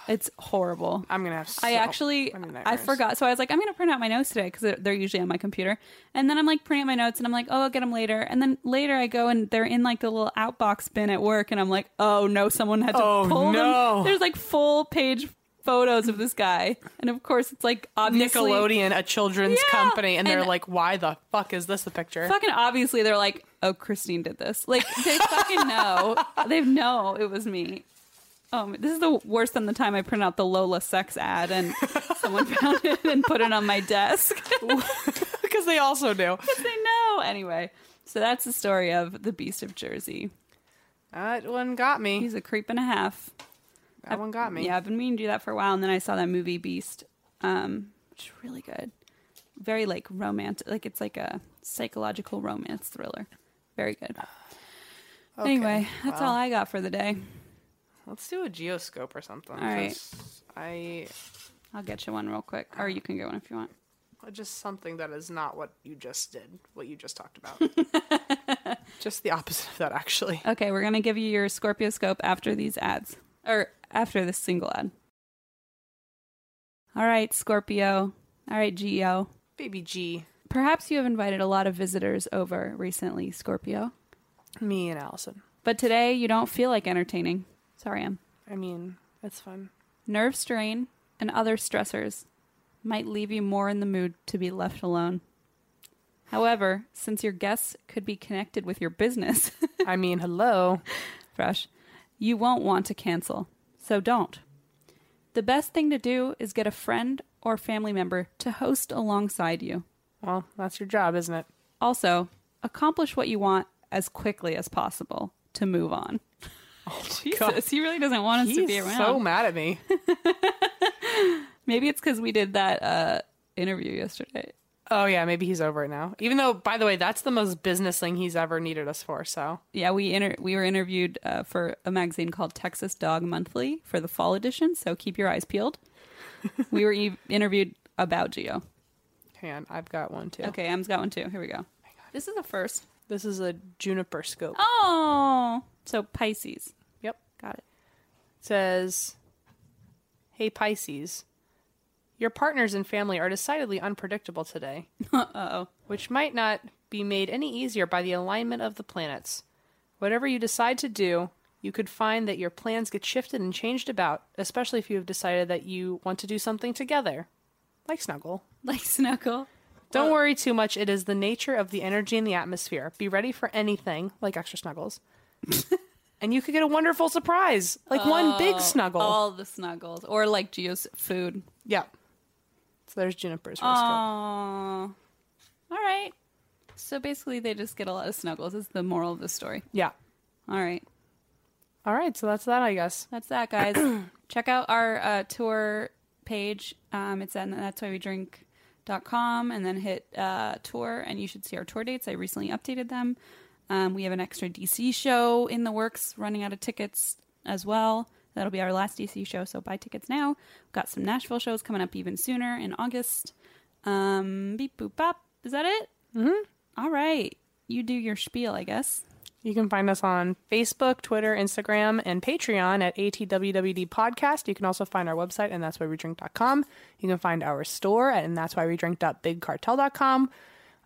Speaker 2: It's horrible.
Speaker 1: I'm gonna have. So
Speaker 2: I actually,
Speaker 1: many
Speaker 2: I
Speaker 1: nightmares.
Speaker 2: forgot. So I was like, I'm going to print out my notes today because they're usually on my computer. And then I'm like printing out my notes and I'm like, oh, I'll get them later. And then later I go and they're in like the little outbox bin at work. And I'm like, oh no, someone had to
Speaker 1: Oh,
Speaker 2: pull
Speaker 1: no.
Speaker 2: them. There's like full page photos of this guy. And of course it's like obviously.
Speaker 1: Nickelodeon, a children's
Speaker 2: Yeah,
Speaker 1: company, and they're
Speaker 2: and-
Speaker 1: like, "Why the fuck is this the picture?"
Speaker 2: Fucking obviously they're like, oh, Christine did this. Like they
Speaker 1: [LAUGHS]
Speaker 2: fucking know. They know it was me. Um, this is the worst than the time I printed out the Lola sex ad and someone [LAUGHS] found it and put it on my desk.
Speaker 1: [LAUGHS] Because they also do.
Speaker 2: [LAUGHS] they know. Anyway, so that's the story of the Beast of Jersey.
Speaker 1: [LAUGHS] That one got me.
Speaker 2: He's a creep and a half.
Speaker 1: That one got me.
Speaker 2: Yeah, I've been meaning to do that for a while, and then I saw that movie Beast, um, which is really good. Very like romantic, like it's like a psychological romance thriller. Very good. Anyway, that's all I got for the day.
Speaker 1: Let's do a geoscope or something.
Speaker 2: All right.
Speaker 1: 'cause I
Speaker 2: I'll get you one real quick, or you can get one if you want.
Speaker 1: just something that is not what you just did, what you just talked [LAUGHS] about. just the opposite of that, actually.
Speaker 2: Okay, we're gonna give you your Scorpio scope after these ads, or after this single ad. All right, Scorpio. All right, E Geo.
Speaker 1: Baby G,
Speaker 2: Perhaps you have invited a lot of visitors over recently, Scorpio.
Speaker 1: me and Allison.
Speaker 2: But today you don't feel like entertaining. Sorry, Em.
Speaker 1: I mean, it's fun.
Speaker 2: Nerve strain and other stressors might leave you more in the mood to be left alone. However, since your guests could be connected with your business, [LAUGHS]
Speaker 1: I mean, hello.
Speaker 2: fresh, you won't want to cancel. So don't. The best thing to do is get a friend or family member to host alongside you.
Speaker 1: Well, that's your job, isn't it?
Speaker 2: Also, accomplish what you want as quickly as possible to move on. [LAUGHS] Jesus,
Speaker 1: Oh God.
Speaker 2: he really doesn't want us to be
Speaker 1: He's
Speaker 2: around.
Speaker 1: so mad at me.
Speaker 2: Maybe it's because we did that uh, interview yesterday.
Speaker 1: Oh yeah, maybe he's over it now. Even though, by the way, that's the most business thing he's ever needed us for. So
Speaker 2: Yeah, we inter- we were interviewed uh, for a magazine called Texas Dog Monthly for
Speaker 1: [LAUGHS]
Speaker 2: the fall edition. So keep your eyes peeled. we were e- interviewed about Geo.
Speaker 1: Hang on, I've got one too.
Speaker 2: Okay, Em's got one too. Here we go.
Speaker 1: Oh
Speaker 2: This is a first.
Speaker 1: This is a juniper scope.
Speaker 2: Oh, so Pisces. [LAUGHS]
Speaker 1: Yep.
Speaker 2: Got it.
Speaker 1: says, Hey Pisces, your partners and family are decidedly unpredictable
Speaker 2: [LAUGHS]
Speaker 1: today,
Speaker 2: Uh oh.
Speaker 1: which might not be made any easier by the alignment of the planets. Whatever you decide to do, you could find that your plans get shifted and changed about, especially if you have decided that you want to do something together. Like Snuggle.
Speaker 2: Like Snuggle.
Speaker 1: Don't worry too much. It is the nature of the energy in the atmosphere. Be ready for anything, like extra snuggles. [LAUGHS] and you could get a wonderful surprise, like one big snuggle.
Speaker 2: All the snuggles. Or like Geo's food.
Speaker 1: Yeah. So there's Juniper's horoscope.
Speaker 2: Oh. All right. So basically, they just get a lot of snuggles, is the moral of the story.
Speaker 1: Yeah.
Speaker 2: All right.
Speaker 1: All right. So that's that, I guess.
Speaker 2: That's that, guys. Check out our uh, tour page. Um, it's at that's why we drink.com and then hit uh, tour, and you should see our tour dates. I recently updated them. Um, we have an extra DC show in the works, running out of tickets as well. That'll be our last DC show, so buy tickets now. We've got some Nashville shows coming up even sooner in August. Um, beep boop bop. Is that it? Mm-hmm. right. You do your spiel, I guess.
Speaker 1: You can find us on Facebook, Twitter, Instagram, and Patreon at ATWWD Podcast. You can also find our website, and that's why we drink.com. You can find our store at and that's why we drink.bigcartel.com,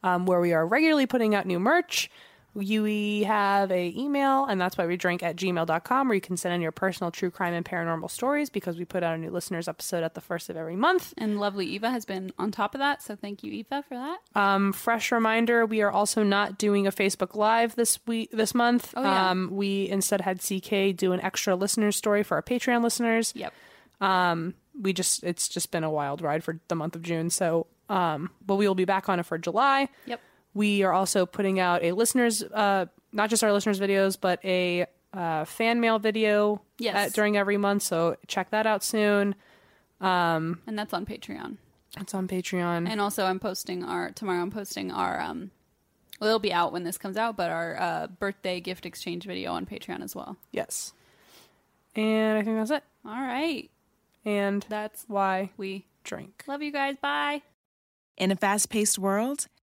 Speaker 1: um, where we are regularly putting out new merch. You, we have a email, and that's why we drink at gmail.com, where you can send in your personal true crime and paranormal stories because we put out a new listeners episode at the first of every month.
Speaker 2: And lovely Eva has been on top of that, so thank you, Eva, for that.
Speaker 1: Um, fresh reminder: we are also not doing a Facebook Live this week, this month.
Speaker 2: Oh, yeah.
Speaker 1: um, we instead had CK do an extra listener story for our Patreon listeners.
Speaker 2: Yep.
Speaker 1: Um, we just it's just been a wild ride for the month of June. So, um, but we will be back on it for July.
Speaker 2: Yep.
Speaker 1: We are also putting out a listeners, uh, not just our listeners' videos, but a uh, fan mail video
Speaker 2: Yes.
Speaker 1: at- during every month. So check that out soon.
Speaker 2: and that's on Patreon.
Speaker 1: It's on Patreon.
Speaker 2: And also, I'm posting our tomorrow. I'm posting our um, well, it'll be out when this comes out, but our uh, birthday gift exchange video on Patreon as well.
Speaker 1: yes. And I think that's it.
Speaker 2: All right,
Speaker 1: And
Speaker 2: that's
Speaker 1: why
Speaker 2: we
Speaker 1: drink.
Speaker 2: love you guys. Bye.
Speaker 5: In a fast paced world,